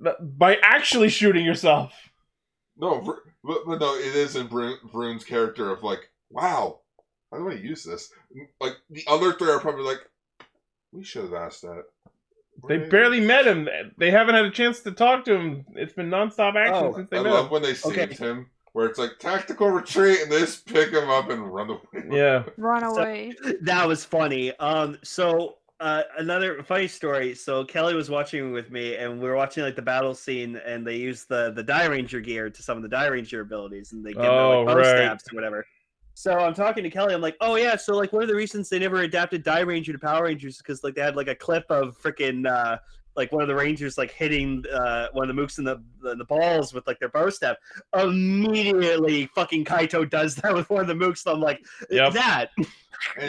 th- by actually shooting yourself.
No, Vr- but, but no, it is in Vru- Vroon's character of like, wow, how do I use this? Like the other three are probably like, we should have asked that.
They
We're-
barely met him. They haven't had a chance to talk to him. It's been nonstop action
Oh,
since
I
they met.
love
him.
when they saved
Okay.
him, where it's like tactical retreat, and they just pick him up and run away.
Yeah.
Run
So-
away.
that was funny. Um, so uh, another funny story. So Kelly was watching with me, and we were watching like the battle scene, and they use the the Die Ranger gear to summon the Die Ranger abilities, and they get
Oh,
their like, bow
right.
stabs or whatever. So I'm talking to Kelly. I'm like, oh yeah. So like one of the reasons they never adapted Die Ranger to Power Rangers is because like they had like a clip of freaking uh, like one of the Rangers like hitting uh, one of the mooks in the in the balls with like their bow stab. Immediately, fucking Kaito does that with one of the mooks. So I'm like,
Yep.
that
And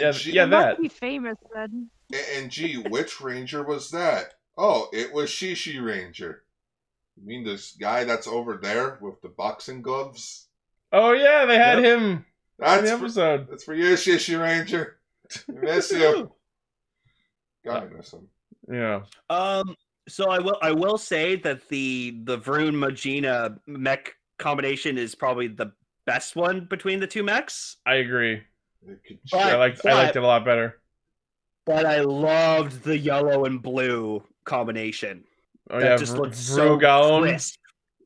Yeah,
gee,
yeah,
It
that.
Must be famous then.
a- and gee, which ranger was that? Oh, it was Shishi Ranger. You mean this guy that's over there with the boxing gloves?
Oh yeah, they had him in
That's
the
for,
episode.
that's for you, Shishi Ranger. Miss you. God, I miss him.
Yeah.
Um. So I will. I will say that the the Vroon Magina mech combination is probably the best one between the two mechs.
I agree.
It could-
But-
I liked I liked
but-
it a lot better.
But I loved the yellow and blue combination.
Oh
that
yeah,
just
Vr-
looked so
Vrogalon.
crisp.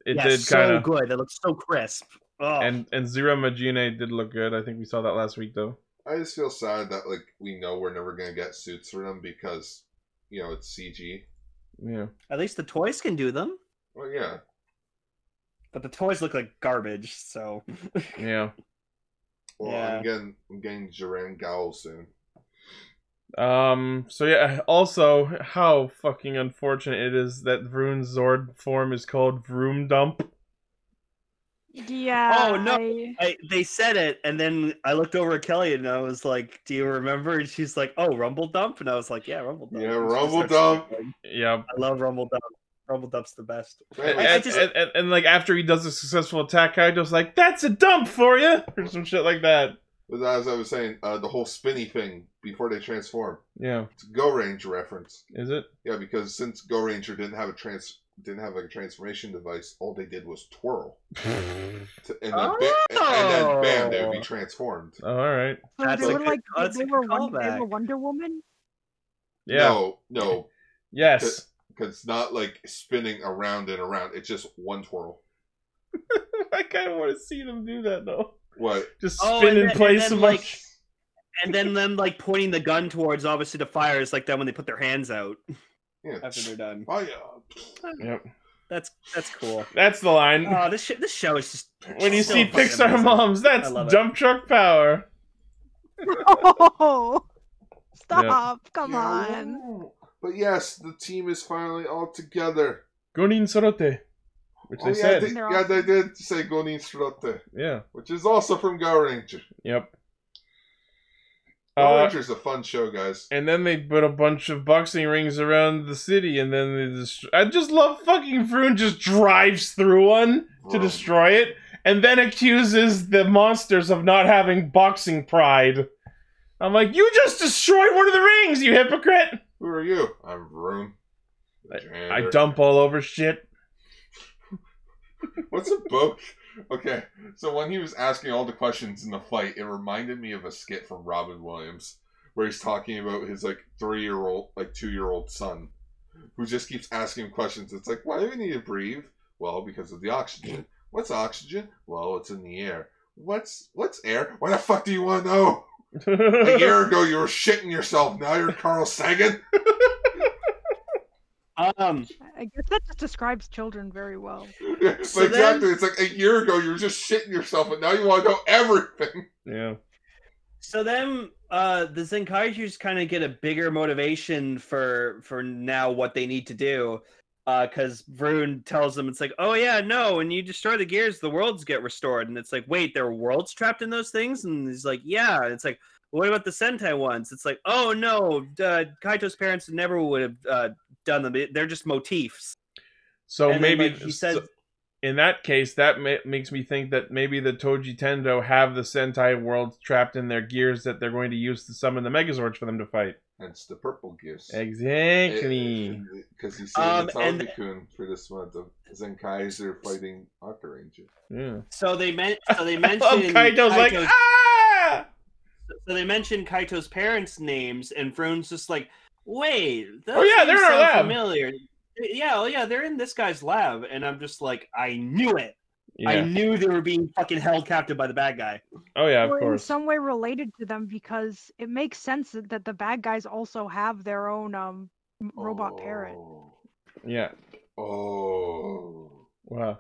It
Yeah,
did
so
kind of.
good. It looked so crisp. Oh,
and and Zero Majine did look good. I think we saw that last week though.
I just feel sad that like we know we're never gonna get suits for them because you know it's CG.
Yeah.
at least the toys can do them.
Well, yeah,
But the toys look like garbage. So
Yeah.
well,
Yeah.
I'm getting I'm getting Jiren Gowl soon.
Um so yeah, also how fucking unfortunate it is that Vroon's Zord form is called Vroom Dump.
Yeah.
Oh, no.
I-
I, they said it, and then I looked over at Kelly and I was like, "Do you remember?" And she's like, "Oh, Rumble Dump," and I was like, "Yeah, Rumble Dump."
Yeah,
And she
Rumble
starts
Dump.
giggling.
Yeah.
I love Rumble Dump. Rumble Dump's the best.
Wait,
And,
wait,
I- I
and,
just-
and- and, like after he does a successful attack, Kaido's like, "That's a dump for you," or some shit like that.
but as I was saying, uh, the whole spinny thing before they transform.
Yeah,
It's a Go Ranger reference.
is it?
Yeah, because since Go Ranger didn't have a trans didn't have like a transformation device, all they did was twirl,
Oh,
to, and, then ba- and, and then bam, they would be
Oh.
transformed.
Oh, all right.
So
That's
they
a
were
good-
like
oh,
they-
that's a
they
good
were, Wonder, they
callback.
were Wonder Woman.
Yeah.
No, no,
Yes.
because it's not like spinning around and around. It's just one twirl.
I kind of want to see them do that though.
What?
Just
Oh,
spin
and
in
then-
place
and then,
of like.
like- And then them like pointing the gun towards obviously the fire is like that when they put their hands out
Yeah.
after they're done.
Fire.
Yep.
That's that's cool.
That's the line.
Oh, this sh- this show is just
when you
so
see
fucking
Pixar
amazing.
moms, that's
I love it.
dump truck power.
Oh, stop! Come on.
Yeah. But yes, the team is finally all together.
Gonin Sorote, which
Oh,
they
yeah,
said.
They,
They're
yeah,
awesome.
they did say Gonin Srote,
Yeah.
which is also from Go Ranger.
Yep.
Go
Uh,
Ranger's a fun show, guys.
and then they put a bunch of boxing rings around the city, and then they just. I just love fucking Vroon just drives through one to
Vroom.
destroy it, and then accuses the monsters of not having boxing pride. I'm like, you just destroyed one of the rings, you hypocrite!
Who are you? I'm Vroom.
I
Janitor.
dump all over shit.
What's a book? Okay, so when he was asking all the questions in the fight, it reminded me of a skit from Robin Williams where he's talking about his like three year old, like two year old son who just keeps asking him questions. It's like, why do we need to breathe? Well, because of the oxygen. What's oxygen? Well, it's in the air. What's what's air? Why the fuck do you want to know? A year ago you were shitting yourself. Now you're Carl Sagan.
um
I guess that just describes children very well.
but
So then-
exactly, it's like a year ago you were just shitting yourself, and now you want to know everything.
yeah.
So then, uh, the Zenkaiju's kind of get a bigger motivation for for now what they need to do, because Vroon tells them it's like, oh yeah, no, when you destroy the gears, the worlds get restored, and it's like, wait, there are worlds trapped in those things, and he's like, yeah, and it's like, what about the Sentai ones? It's like, oh no, uh, Kaito's parents never would have uh, done them. It- They're just motifs.
So
And then,
maybe
like, he says-
so- in that case, that ma- makes me think that maybe the Toji Tendo have the Sentai worlds trapped in their gears that they're going to use to summon the Megazords for them to fight.
Hence the purple gears.
Exactly.
Because you see
Um,
the
and-
Toby-kun for this month of Zen Kaiser fighting Aqua Ranger.
Yeah.
So they meant. So they
I
mentioned.
love Kaido's like
Kaito's-
ah.
so they mentioned Kaito's parents' names, and Frone's just like, "Wait, those
Oh, yeah, they're
names
in our
sound
lab."
Familiar? Yeah, oh yeah, they're in this guy's lab." And I'm just like, "I knew it. I
Yeah.
knew they were being fucking held captive by the bad guy."
Oh yeah, of
or in
course.
some way related to them because it makes sense that, that the bad guys also have their own um m- robot parrot.
Oh.
Yeah.
Oh.
Wow.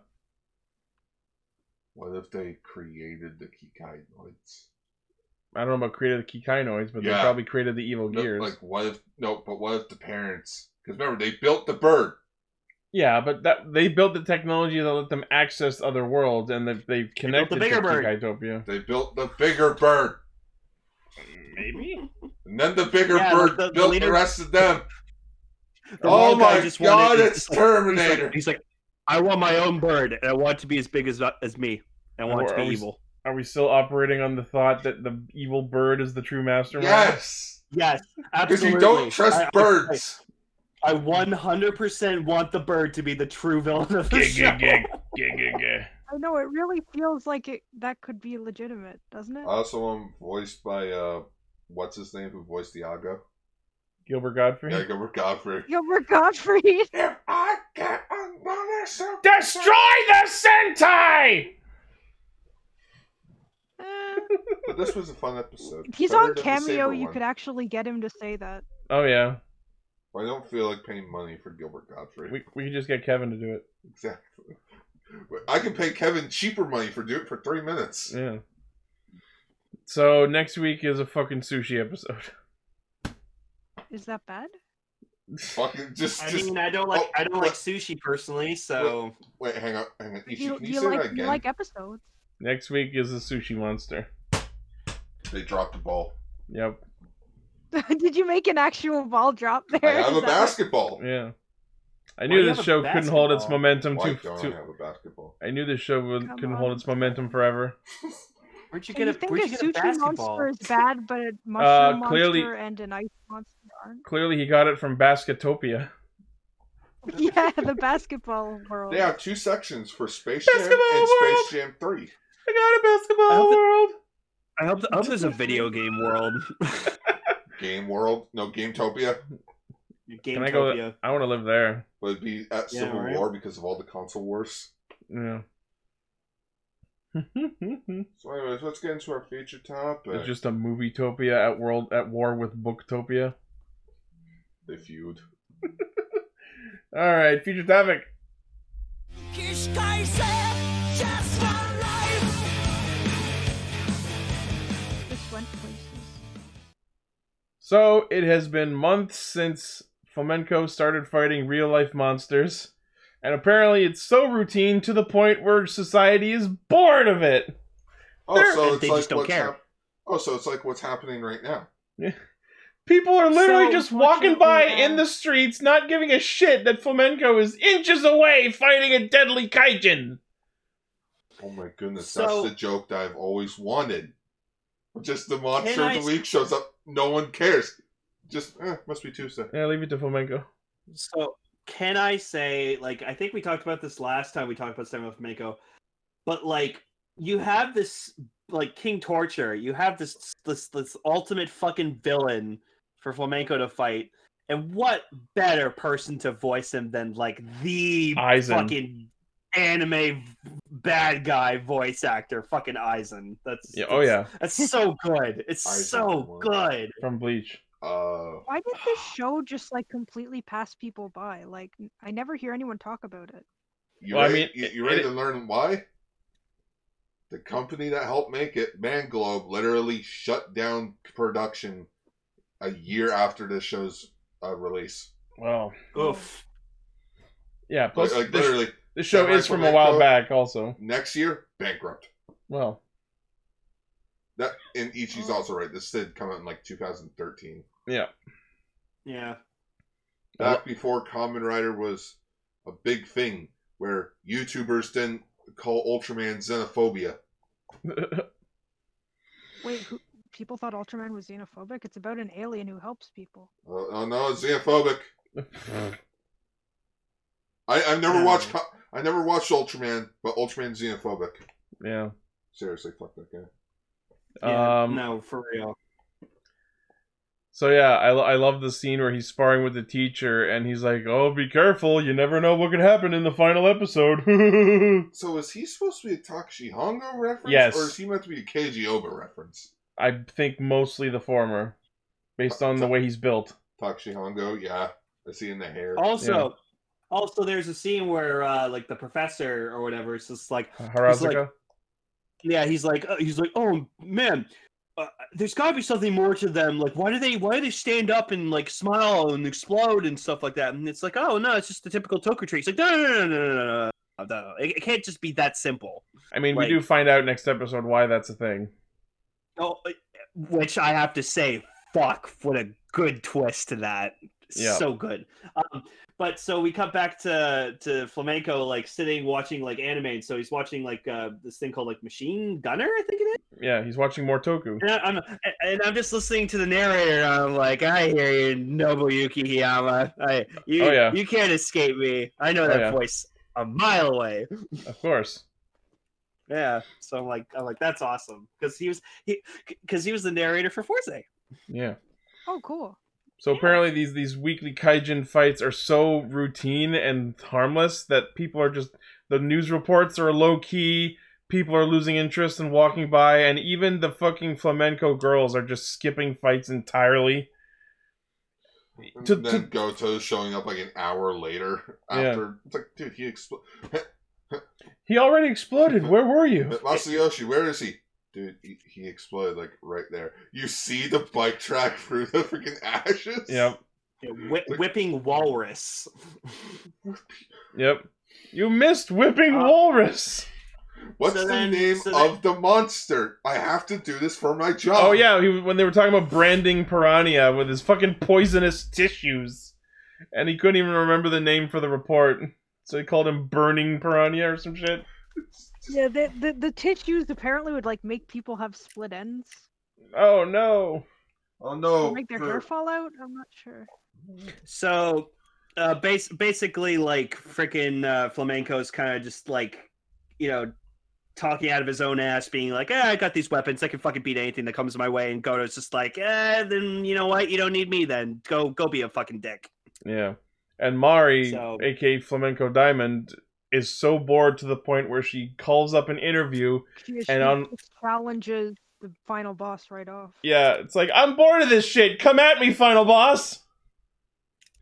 What if they created the Kikainoids?
I don't know about created the Kikainoids, but they
Yeah.
probably created the evil
No,
gears.
like, what if. No, but what if the parents. Because remember, they built the bird.
yeah, but that they built the technology that let them access other worlds, and that they connected
bigger
to
bird.
Kikaitopia.
They built the bigger bird.
Maybe.
And then the bigger
Yeah,
bird
like the- the
built
leader-
the rest of them.
The
oh
one guy
my
just
god,
wanted-
it's
he's just like- he's like-
Terminator.
He's like, "I want my own bird, and I want it to be as big as uh, as me. I want it to
Or
be
are we-
evil."
Are we still operating on the thought that the evil bird is the true mastermind?
yes.
Yes,
Because
absolutely.
you don't trust
I- I-
birds.
I 100% want the bird to be the true villain of the
Gig,
show.
gig, gig, gig, gig, gig.
I know it really feels like it that could be legitimate, doesn't it?
I also am voiced by uh what's his name who voiced Iago?
Gilbert Godfrey.
Iago Godfrey.
Gilbert Godfrey.
If I get another super-
Destroy the Sentai!
Uh,
But this was a fun episode.
he's
Better
on
than the
Cameo.
Saber
You
one.
could actually get him to say that.
Oh yeah,
I don't feel like paying money for Gilbert Godfrey.
we we could just get Kevin to do it.
Exactly. But I can pay Kevin cheaper money for do it for three minutes.
Yeah. So next week is a fucking sushi episode.
Is that bad?
Fucking just,
I
just
mean, I don't like
oh,
I don't
what-
like sushi personally, so
wait, hang on, hang on. Ishi,
You,
can you,
you
say
like
that
you
again?
like episodes.
Next week is the sushi monster.
They dropped the ball.
Yep.
Did you make an actual ball drop
I
there?
have
Is
a
that-
basketball.
Yeah. I
Why
knew
do you
this
have a
show couldn't hold its
basketball?
momentum
Why
too.
don't
too
I have a basketball?
I knew this show was,
Come
couldn't hold
on.
its momentum forever.
where'd you
And
get
you
a
think
where'd
a
you get a
sushi
basketball? Uh,
monster is bad, but a mushroom
clearly-
monster and an ice monster aren't?
Clearly, he got it from Basketopia.
Yeah, the basketball world.
They have two sections for Space Jam
Basketball
and
World.
Space Jam Three.
I got a
I
basketball
hope
world.
I hope, I hope there's a video game world.
Game World, no Gametopia,
Can I go-
Gametopia.
I want to live there.
but it'd be at
Yeah,
Civil
right.
War because of all the console wars.
Yeah.
So, anyways, let's get into our feature topic.
it's just a movie topia at world at war with booktopia.
They feud.
All right, future topic.
起死回生 just one life
This went places.
So it has been months since Flamenco started fighting real life monsters, and apparently it's so routine to the point where society is bored of it.
Oh,
They're-
so
and
it's
they
like
just don't
what's
care.
hap- oh, so it's like what's happening right now.
People are literally
So,
just walking by
unfortunately,
in
um,
the streets, not giving a shit that Flamenco is inches away fighting a deadly kaijin.
Oh my goodness,
So-
that's the joke that I've always wanted. Just the monster
Can
of the
I-
week shows up. No one cares. Just eh, must be Tuesday.
Yeah, leave it to Flamenco.
So can I say like I think we talked about this last time we talked about Samuel Fameko, but like you have this like King Torture, you have this this this ultimate fucking villain for Flamenco to fight. And what better person to voice him than like the
Aizen.
fucking anime bad guy voice actor, fucking Aizen. That's
Yeah, oh yeah,
That's so good. It's
Aizen
so
one.
good.
from Bleach.
Uh,
Why did this show just like completely pass people by? Like n- I never hear anyone talk about it.
you
Well, I
ready,
mean,
you, you
it-
ready
it-
to learn why? The company that helped make it, Manglobe, literally shut down production a year after this show's uh, release.
Well,
Oof.
yeah.
Like,
Plus,
like
this,
literally,
this show
Samurai
is from a while
Flamenco.
back, also.
next year, bankrupt.
Well,
That and
Oh.
Ichi's also right. This did come out in like 2013.
yeah.
Yeah.
Back before Common Rider was a big thing, where YouTubers didn't call Ultraman xenophobia.
Wait, who, people thought Ultraman was xenophobic? It's about an alien who helps people.
Oh, oh no, it's xenophobic. I I've never watched co- I never watched Ultraman, but Ultraman's xenophobic.
Yeah.
Seriously, fuck that guy.
Yeah,
um,
no, for real.
So yeah, I, lo- I love the scene where he's sparring with the teacher, and he's like, "Oh, be careful! You never know what could happen in the final episode."
So is he supposed to be a Takashi Hongo reference?
Yes.
Or is he meant to be a Keiji Oba reference?
I think mostly the former, based on the way he's built.
Takashi Hongo, yeah. I see in the hair.
Oh,
Also, also, there's a scene where uh, like the professor or whatever is just like,
Harazuka.
yeah, he's like, uh, he's like, oh man, uh, there's got to be something more to them. Like, why do they, why do they stand up and like smile and explode and stuff like that? And it's like, oh no, it's just the typical Toku trait. It's like, no, no, no, no, no, no, no, no, no. It, it can't just be that simple.
I mean,
like-
we do find out next episode why that's a thing.
Oh, uh, which I have to say, fuck, what a good twist to that.
Yeah.
So good. Um, but so we cut back to to flamenco, like sitting watching like anime. And so he's watching like uh, this thing called like Machine Gunner, I think it is.
Yeah, he's watching more Toku.
And, I, I'm, and I'm just listening to the narrator. And I'm like, I hear you, Nobuyuki Hiyama. I, you,
Oh, yeah.
you can't escape me. I know
Oh,
that
yeah.
voice a mile away.
Of course.
Yeah. So I'm like, I'm like, that's awesome because he was he because he was the narrator for Forza.
Yeah.
Oh, cool.
So apparently these these weekly kaijin fights are so routine and harmless that people are just the news reports are low key. People are losing interest and walking by, and even the fucking flamenco girls are just skipping fights entirely.
And
to-
then
to-
Goto's showing up like an hour later
Yeah.
after it's like, dude, he expl-
He already exploded. Where were you?
Masayoshi, where is he? Dude, he, he exploded like right there. You see the bike track through the freaking ashes.
Yep.
Whi- whipping walrus.
Yep. You missed whipping walrus.
What's
So
the
then-
name
so
of the monster? I have to do this for my job.
Oh yeah, he, when they were talking about branding Piranha with his fucking poisonous tissues, and he couldn't even remember the name for the report, so he called him Burning Piranha or some shit.
Yeah, the, the the tissues apparently would like make people have split ends
Oh no!
Oh
or
no.
make their
for-
hair fall out. I'm not sure.
So, uh, bas- basically, like freaking uh, flamenco's kind of just like, you know, talking out of his own ass, being like, eh, "I got these weapons. I can fucking beat anything that comes my way." And Goto's just like, "Eh, then you know what? You don't need me. Then go, go be a fucking dick."
Yeah, and Mari,
So-
aka Flamenco Diamond, is so bored to the point where she calls up an interview.
She, she
And on-
just challenges the final boss right off.
Yeah, it's like I'm bored of this shit. Come at me, final boss.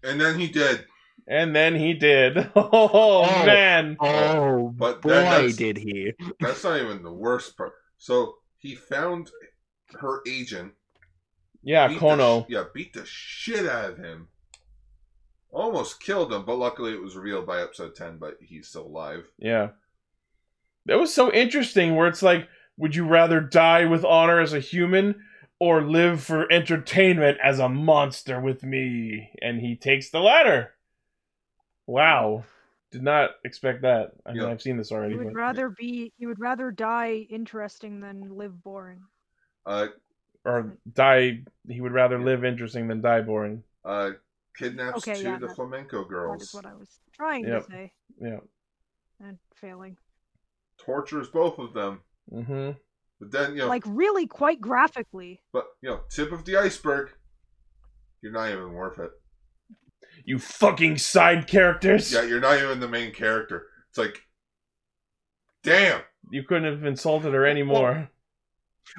And then he did.
And then he did. Oh,
Oh.
man!
Oh
But then that's-
did he!
That's not even the worst part. So he found her agent.
Yeah,
beat the
Kono.
sh- yeah, beat the shit out of him. Almost killed him, but luckily it was revealed by episode 10, but he's still alive.
Yeah. That was so interesting where it's like, would you rather die with honor as a human or live for entertainment as a monster with me? And he takes the latter. Wow. Did not expect that. I mean,
Yeah.
I've seen this already.
You would
But...
rather be you would rather die interesting than live boring.
Uh,
Or die. He would rather live interesting than die boring.
uh, kidnaps
Okay,
two
yeah,
of the
that-
flamenco
That is
girls,
what I was trying
Yep.
to say
Yeah.
and failing.
tortures both of them,
hmm
but then, you know,
Like really quite graphically.
but, you know, tip of the iceberg, you're not even worth it.
You fucking side characters.
Yeah, you're not even the main character. It's like, damn!
You couldn't have insulted her anymore.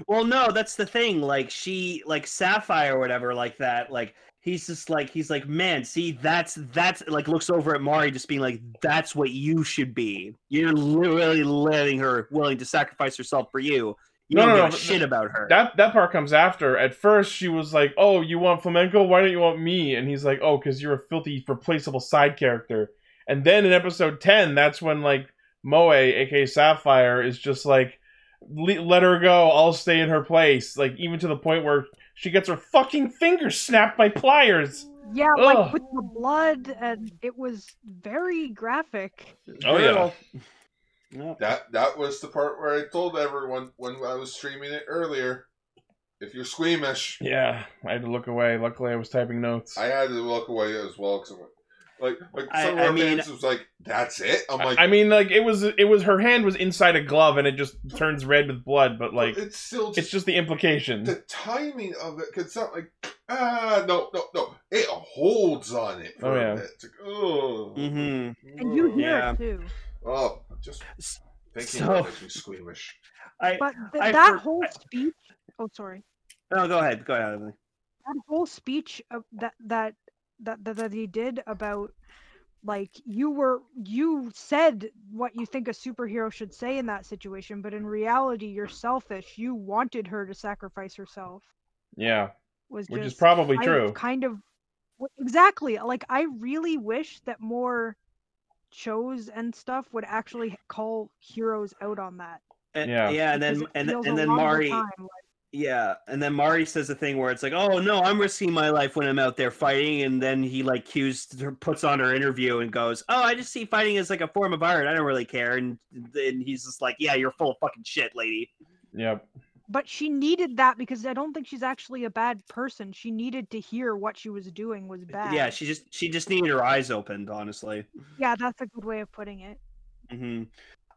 Well, no, that's the thing. Like she, like Sapphire or whatever, like that. Like he's just like he's like, man, see, that's that's like looks over at Mari, just being like, that's what you should be. You're literally letting her willing to sacrifice herself for you. You
No,
don't
no,
give
no,
a
but
shit about her.
That that part comes after. At first, she was like, "Oh, you want flamenco? Why don't you want me?" And he's like, "Oh, because you're a filthy, replaceable side character." And then in episode ten, that's when like Moe, aka Sapphire, is just like, "Le- "Let her go. I'll stay in her place." Like even to the point where She gets her fucking finger snapped by pliers.
Yeah, like
Ugh.
with the blood, and it was very graphic.
Oh yeah.
Yep.
That that was the part where I told everyone when I was streaming it earlier. If you're squeamish,
Yeah, I had to look away. Luckily, I was typing notes.
I had to walk away as well because like like
I-
some
I
of our
mean-
fans was like, "That's it." I'm like,
I mean, like it was, it was her hand was inside a glove, and it just turns red with blood. But like,
it's still
it's
just,
just the implication.
the timing of it. Cause it's not like ah no no no. It holds on it for
Oh,
a
yeah.
bit. It's like, oh,
Mm-hmm.
And you hear
Yeah.
it too.
oh, just
S-
thinking
so-
about it makes me squeamish.
I
But th-
I
that
for-
whole
I-
speech. Oh, sorry.
no, go ahead, go ahead. Emily.
that whole speech of that that that that, that he did about like you were you said what you think a superhero should say in that situation but in reality you're selfish you wanted her to sacrifice herself
Yeah,
was
which is
just
probably
I
true.
kind of w- exactly like i really wish that more shows and stuff would actually call heroes out on that
And-
Yeah.
yeah, and
because
then
it
and,
feels a
and then
lot of the
Mari,
time, like,
yeah, and then Mari says a thing where it's like, "Oh no, I'm risking my life when I'm out there fighting," and then he like cues, her, puts on her interview and goes, "Oh, I just see fighting as like a form of art. I don't really care." And then he's just like, "Yeah, you're full of fucking shit, lady."
Yep.
but she needed that because I don't think she's actually a bad person. She needed to hear what she was doing
Uh,
was bad.
Yeah, she just she just needed her eyes opened, honestly.
yeah, that's a good way of putting it.
hmm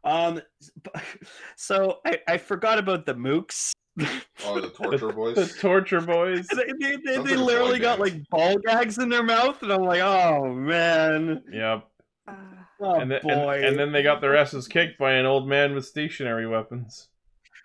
Um, s- b- so I I forgot about the mooks.
Oh, the torture
The
voice.
torture boys.
they, they, they-
Sounds like
they
a
literally
ball
got
gag.
like ball gags in their mouth, and I'm like, oh man,
Yep.
Uh,
oh
and, then, and-
boy.
and then they got their asses kicked by an old man with stationary weapons.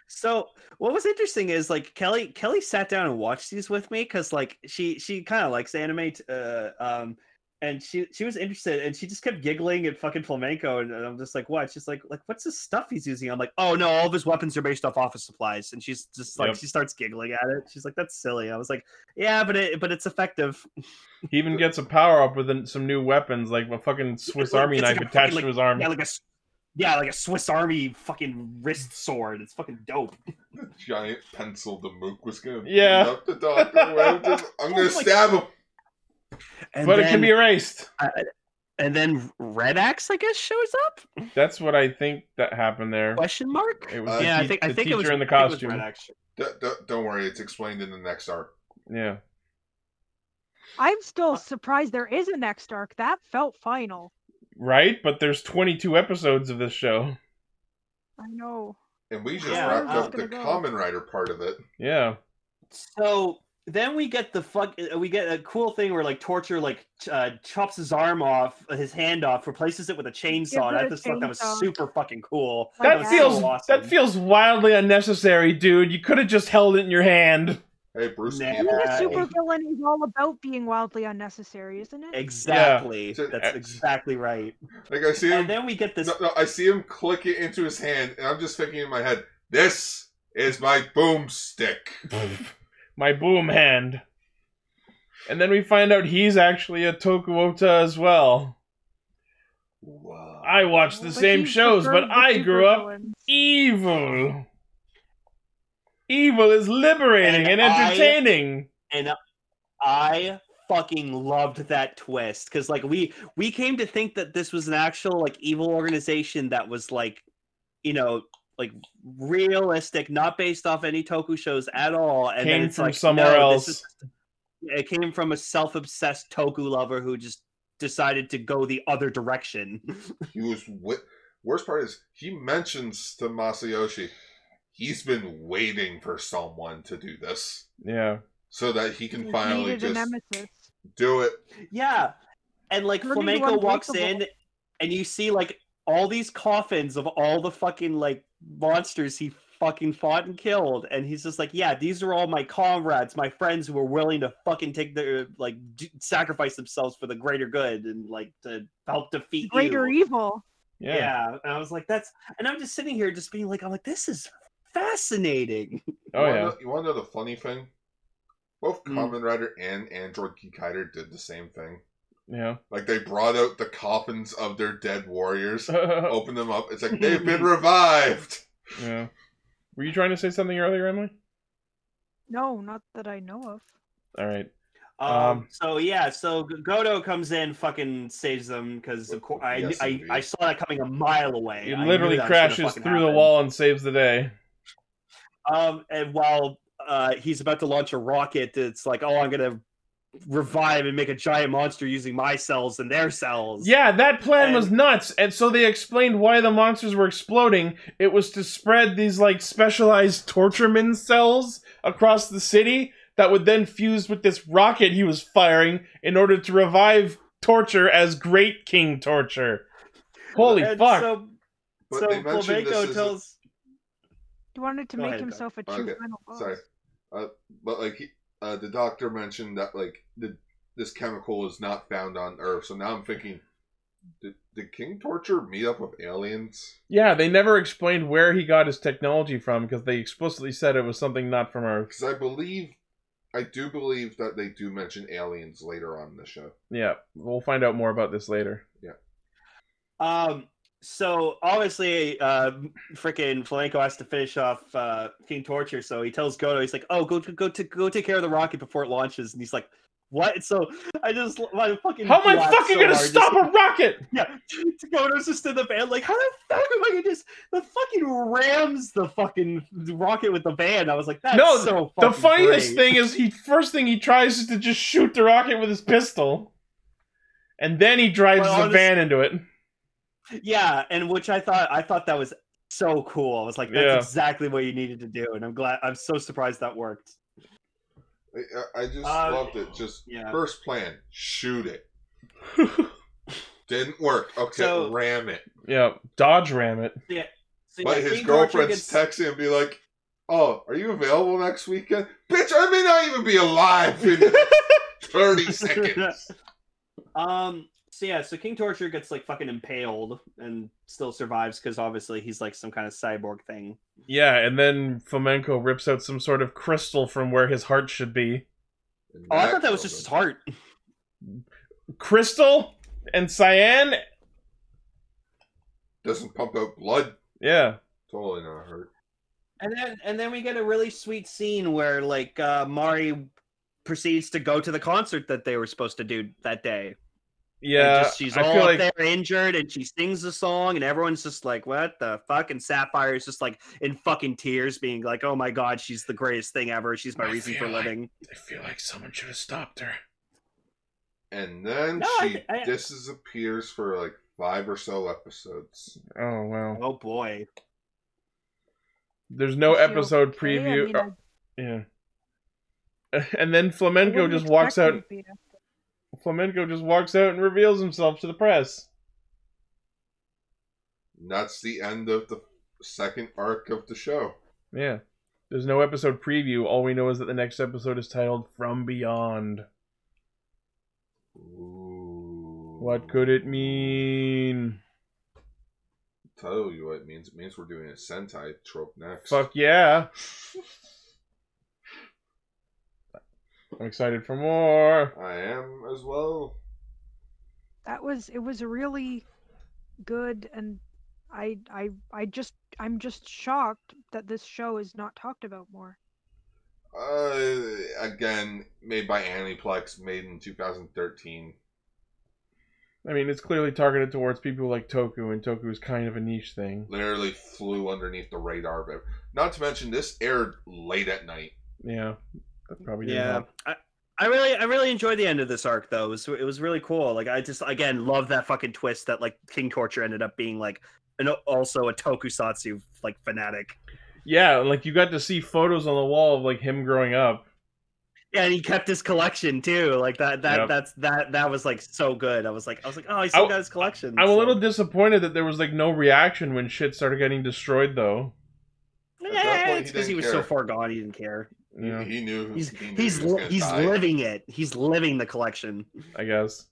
so what was interesting is like Kelly Kelly sat down and watched these with me because like she she kind of likes anime, t- uh, um, and she she was interested and she just kept giggling at fucking flamenco, and, and I'm just like, what? She's like, like what's this stuff he's using? I'm like, oh no, all of his weapons are based off office supplies, and she's just like,
Yep.
she starts giggling at it. She's like, that's silly. I was like, yeah, but it but it's effective.
He even gets a power up with an- some new weapons, like a fucking Swiss
like-
Army
it's
knife
like a
attached
fucking,
to his arm.
Yeah, like a s- yeah, like a Swiss Army fucking wrist sword. It's fucking dope.
giant pencil the mook was gonna
Yeah.
beat up the doctor with. I'm gonna
Oh my-
stab him.
And
but
then,
it can be erased.
and then Red Axe, I guess, shows up?
That's what I think that happened there.
Question mark?
It was
Uh,
the
yeah, I
te-
think I
the
think it
teacher
was
in the
I think it was
costume.
Red Axe.
D- d- don't worry, it's explained in the next arc.
Yeah.
I'm
Uh,
still surprised there is a next arc. That felt final.
Right? But there's 22 episodes of this show.
I know.
And we just
Yeah,
wrapped
uh,
up the Common Rider part of it.
Yeah.
So then we get the fuck. uh, We get a cool thing where like torture like ch- uh, chops his arm off, uh, his hand off, replaces it with a chainsaw. And
it
I
a
just thought that was
chainsaw.
super fucking cool.
Like
That
was
feels
so awesome.
that feels wildly unnecessary, dude. You could have just held it in your hand.
Hey, Bruce
Nah.
Being
Campbell.
a
Yeah.
supervillain is all about being wildly unnecessary, isn't it?
exactly.
So-
uh,
That's exactly right.
Like I see
And
him,
then we get this.
no, no, I see him click it into his hand, and I'm just thinking in my head, "This is my boomstick."
My boom hand. And then we find out he's actually a Tokuota as well.
Wow.
I watched the
But
same
he
shows,
prefers
but
the
I grew up
supervillains.
evil. Evil is liberating and,
And I-
entertaining.
I fucking loved that twist because like we we came to think that this was an actual like evil organization that was like you know like realistic not based off any toku shows at all and then
Came
it's
from
like,
somewhere
no,
else.
this is- it came from a self-obsessed toku lover who just decided to go the other direction
He was. Wi- Worst part is he mentions to Masayoshi, he's been waiting for someone to do this
yeah.
so that he can
He
finally
needed an
just
nemesis.
do it.
Yeah. And like
Pretty
Flamenco walks
unbreakable.
in and you see like all these coffins of all the fucking like monsters he fucking fought and killed. And he's just like, yeah, these are all my comrades, my friends who were willing to fucking take their like d- sacrifice themselves for the greater good and like to help defeat
Greater e-
you.
evil.
Yeah.
Yeah. And I was like, that's, and I'm just sitting here just being like, I'm like, this is fascinating.
Oh
you wanna
yeah.
know- you want to know the funny thing? Both
Mm.
Common Rider and Android Geekider did the same thing.
Yeah.
Like they brought out the coffins of their dead warriors,
Oh.
opened them up. It's like they've been revived.
yeah. Were you trying to say something earlier, Emily?
No, not that I know of.
All right.
Um,
Um,
so yeah, so G- Godo comes in, fucking saves them because of course I,
Yes,
I
indeed.
I saw that coming a mile away.
He
I knew
literally
that was gonna
crashes
fucking
through the
happen.
wall and saves the day.
Um, and while uh, he's about to launch a rocket, it's like, oh, I'm gonna revive and make a giant monster using my cells and their cells.
Yeah, that plan
And-
was nuts. And so they explained why the monsters were exploding. It was to spread these like specialized tortureman cells across the city that would then fuse with this rocket he was firing in order to revive torture as Great King torture. Holy
And
fuck.
So,
But
so
they mentioned this
Flamenco
is-
tells.
He wanted to
Go
make
ahead, Doc.
himself a true
Okay,
final boss.
sorry. Uh, but like he, uh, the doctor mentioned that like the this chemical is not found on Earth, so now I'm thinking, did, did King Torture meet up with aliens?
yeah, they never explained where he got his technology from because they explicitly said it was something not from Earth.
Because I believe, I do believe that they do mention aliens later on in the show.
Yeah, we'll find out more about this later.
Um, so obviously, uh, freaking Flamenco has to finish off uh, King Torture. So he tells Godo, he's like, "Oh, go to go to go take care of the rocket before it launches." And he's like, "What?" And so I just my fucking.
How am I
laughed
fucking
so
gonna
hard, just-
stop a rocket?
Yeah, Godo's just in the van, like, how the fuck am I gonna just the fucking rams the fucking rocket with the van? I was like, that's
No,
so
The
fucking
funniest thing
great."
is he first thing he tries is to just shoot the rocket with his pistol, and then he drives
Well,
the
honest-
van into it.
Yeah, and which I thought I thought that was so cool. I was like, that's
Yeah.
exactly what you needed to do, and I'm glad I'm so surprised that worked.
I, I, I just
Uh,
loved it. Just
yeah.
first plan, shoot it. Didn't work. Okay,
So-
ram it.
Yeah, dodge ram it.
So,
But
yeah,
his
King Torture
girlfriend's texting and be like, "Oh, are you available next weekend, bitch? I may not even be alive in thirty seconds."
Um. So yeah. So King Torture gets like fucking impaled and still survives because obviously he's like some kind of cyborg thing.
Yeah, and then Flamenco rips out some sort of crystal from where his heart should be.
And
Oh, I thought that was
killed
just his
him.
heart.
Crystal and cyan.
Doesn't pump out blood.
Yeah,
Totally not hurt.
And then and then we get a really sweet scene where like uh Mari proceeds to go to the concert that they were supposed to do that day. And
yeah.
just- she's
I
all
feel like
up there injured and she sings the song and everyone's just like, What the fuck? And Sapphire is just like in fucking tears, being like, Oh my god, she's the greatest thing ever. She's my
I
reason for
feel like-
living.
I feel like someone should have stopped her.
And then
No, I
she
th- I-
disappears for like five or so episodes.
Oh wow.
Oh boy.
There's no
Is she
episode
okay? I
preview.
mean, I- I
oh, yeah. And then Flamenco
wouldn't
just walks
expect
out.
her to be-
Flamenco just walks out and reveals himself to the press.
And that's the end of the second arc of the show.
Yeah. There's no episode preview. All we know is that the next episode is titled From Beyond.
Ooh.
What could it mean?
Tell you what it means. It means we're doing a Sentai trope next.
Fuck yeah. I'm excited for more.
I am as well.
that was it was really good and I I I just I'm just shocked that this show is not talked about more.
Uh, again, made by Aniplex, made in 2013.
I mean, it's clearly targeted towards people like Toku, and Toku is kind of a niche thing.
Literally flew underneath the radar of it. Not to mention, this aired late at night.
Yeah. That probably didn't
Yeah.
help.
I, I really I really enjoyed the end of this arc though. It was it was really cool. Like I just again love that fucking twist that like King Torture ended up being like an also a tokusatsu like fanatic.
Yeah, like you got to see photos on the wall of like him growing up.
Yeah, and he kept his collection too. Like that that
Yep.
that's that that was like so good. I was like I was like, oh he
I-
still got his collection.
I'm a
so-
little disappointed that there was like no reaction when shit started getting destroyed though.
At that
Yeah,
point,
it's
he
because he
didn't
was
care.
so far gone he didn't care.
Yeah,
He, he knew.
He's
he knew
he's
he was
li-
gonna
he's
die.
living it. He's living the collection.
I guess.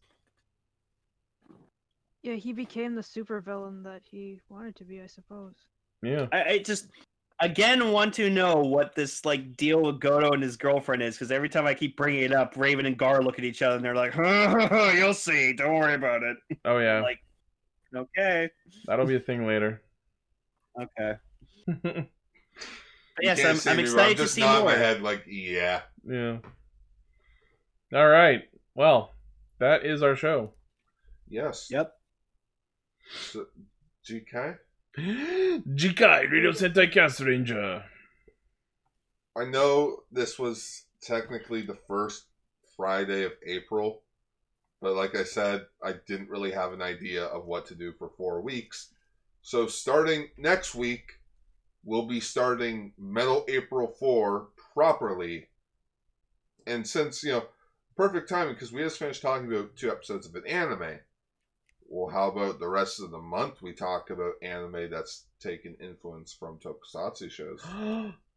Yeah, he became the supervillain that he wanted to be, I suppose.
Yeah.
I, I just again want to know what this like deal with Godo and his girlfriend is because every time I keep bringing it up, Raven and Gar look at each other and they're like, "You'll see. Don't worry about it."
Oh yeah.
Like, okay,
That'll be a thing later.
okay. yes,
can't
I'm,
see
I'm
me, but
excited to
just
see
nodding
more.
My head like yeah.
Yeah. All right. Well, that is our show.
Yes.
Yep.
So, GK.
Jikai Radio Sentai Cast Ranger.
I know this was technically the first Friday of April, but like I said, I didn't really have an idea of what to do for four weeks. So starting next week, we'll be starting Metal April 4 properly. And since, you know, perfect timing because we just finished talking about two episodes of an anime. Well, how about the rest of the month we talk about anime that's taken influence from tokusatsu shows?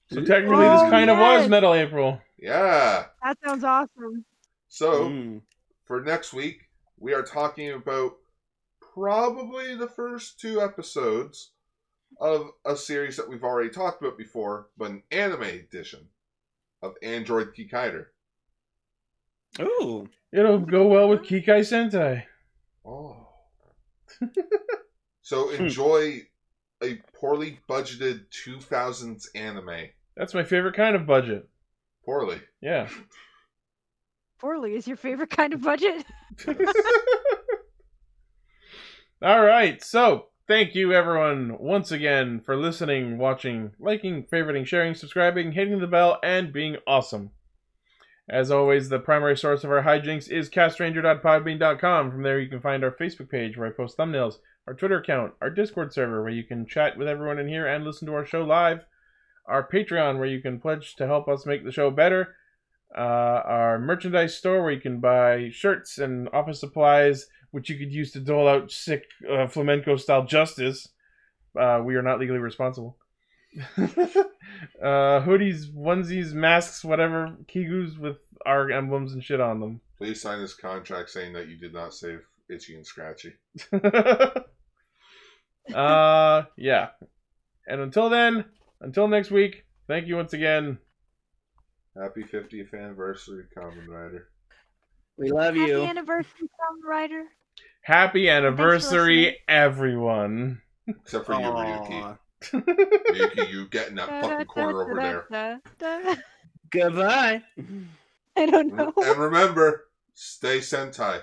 So technically, this
Oh,
kind of
yes.
was Metal April.
Yeah.
That sounds awesome.
So
Mm.
for next week, we are talking about probably the first two episodes of a series that we've already talked about before, but an anime edition of Android Kikider.
Ooh.
It'll go well with Kikai Sentai.
Oh. so enjoy a poorly budgeted 2000s anime.
That's my favorite kind of budget.
Poorly.
Yeah.
Poorly is your favorite kind of budget.
All right. So, thank you everyone once again for listening, watching, liking, favoriting, sharing, subscribing, hitting the bell, and being awesome. As always, the primary source of our hijinks is castranger.podbean.com. From there, you can find our Facebook page where I post thumbnails, our Twitter account, our Discord server where you can chat with everyone in here and listen to our show live, our Patreon where you can pledge to help us make the show better, uh, our merchandise store where you can buy shirts and office supplies which you could use to dole out sick uh, flamenco style justice. Uh, we are not legally responsible. uh, hoodies, onesies, masks, whatever, kigus with our emblems and shit on them.
Please sign this contract saying that you did not save Itchy and Scratchy.
uh, yeah. And until then, until next week, thank you once again.
Happy 50th anniversary, Common Rider.
We love
Happy
you.
anniversary, songwriter.
Happy
listening.
anniversary, everyone.
Except for you, Ryuki.
Aw.
Yuki, you get in that fucking corner over there.
Da-da-da-da-da.
Goodbye.
I don't know.
And remember, stay Sentai.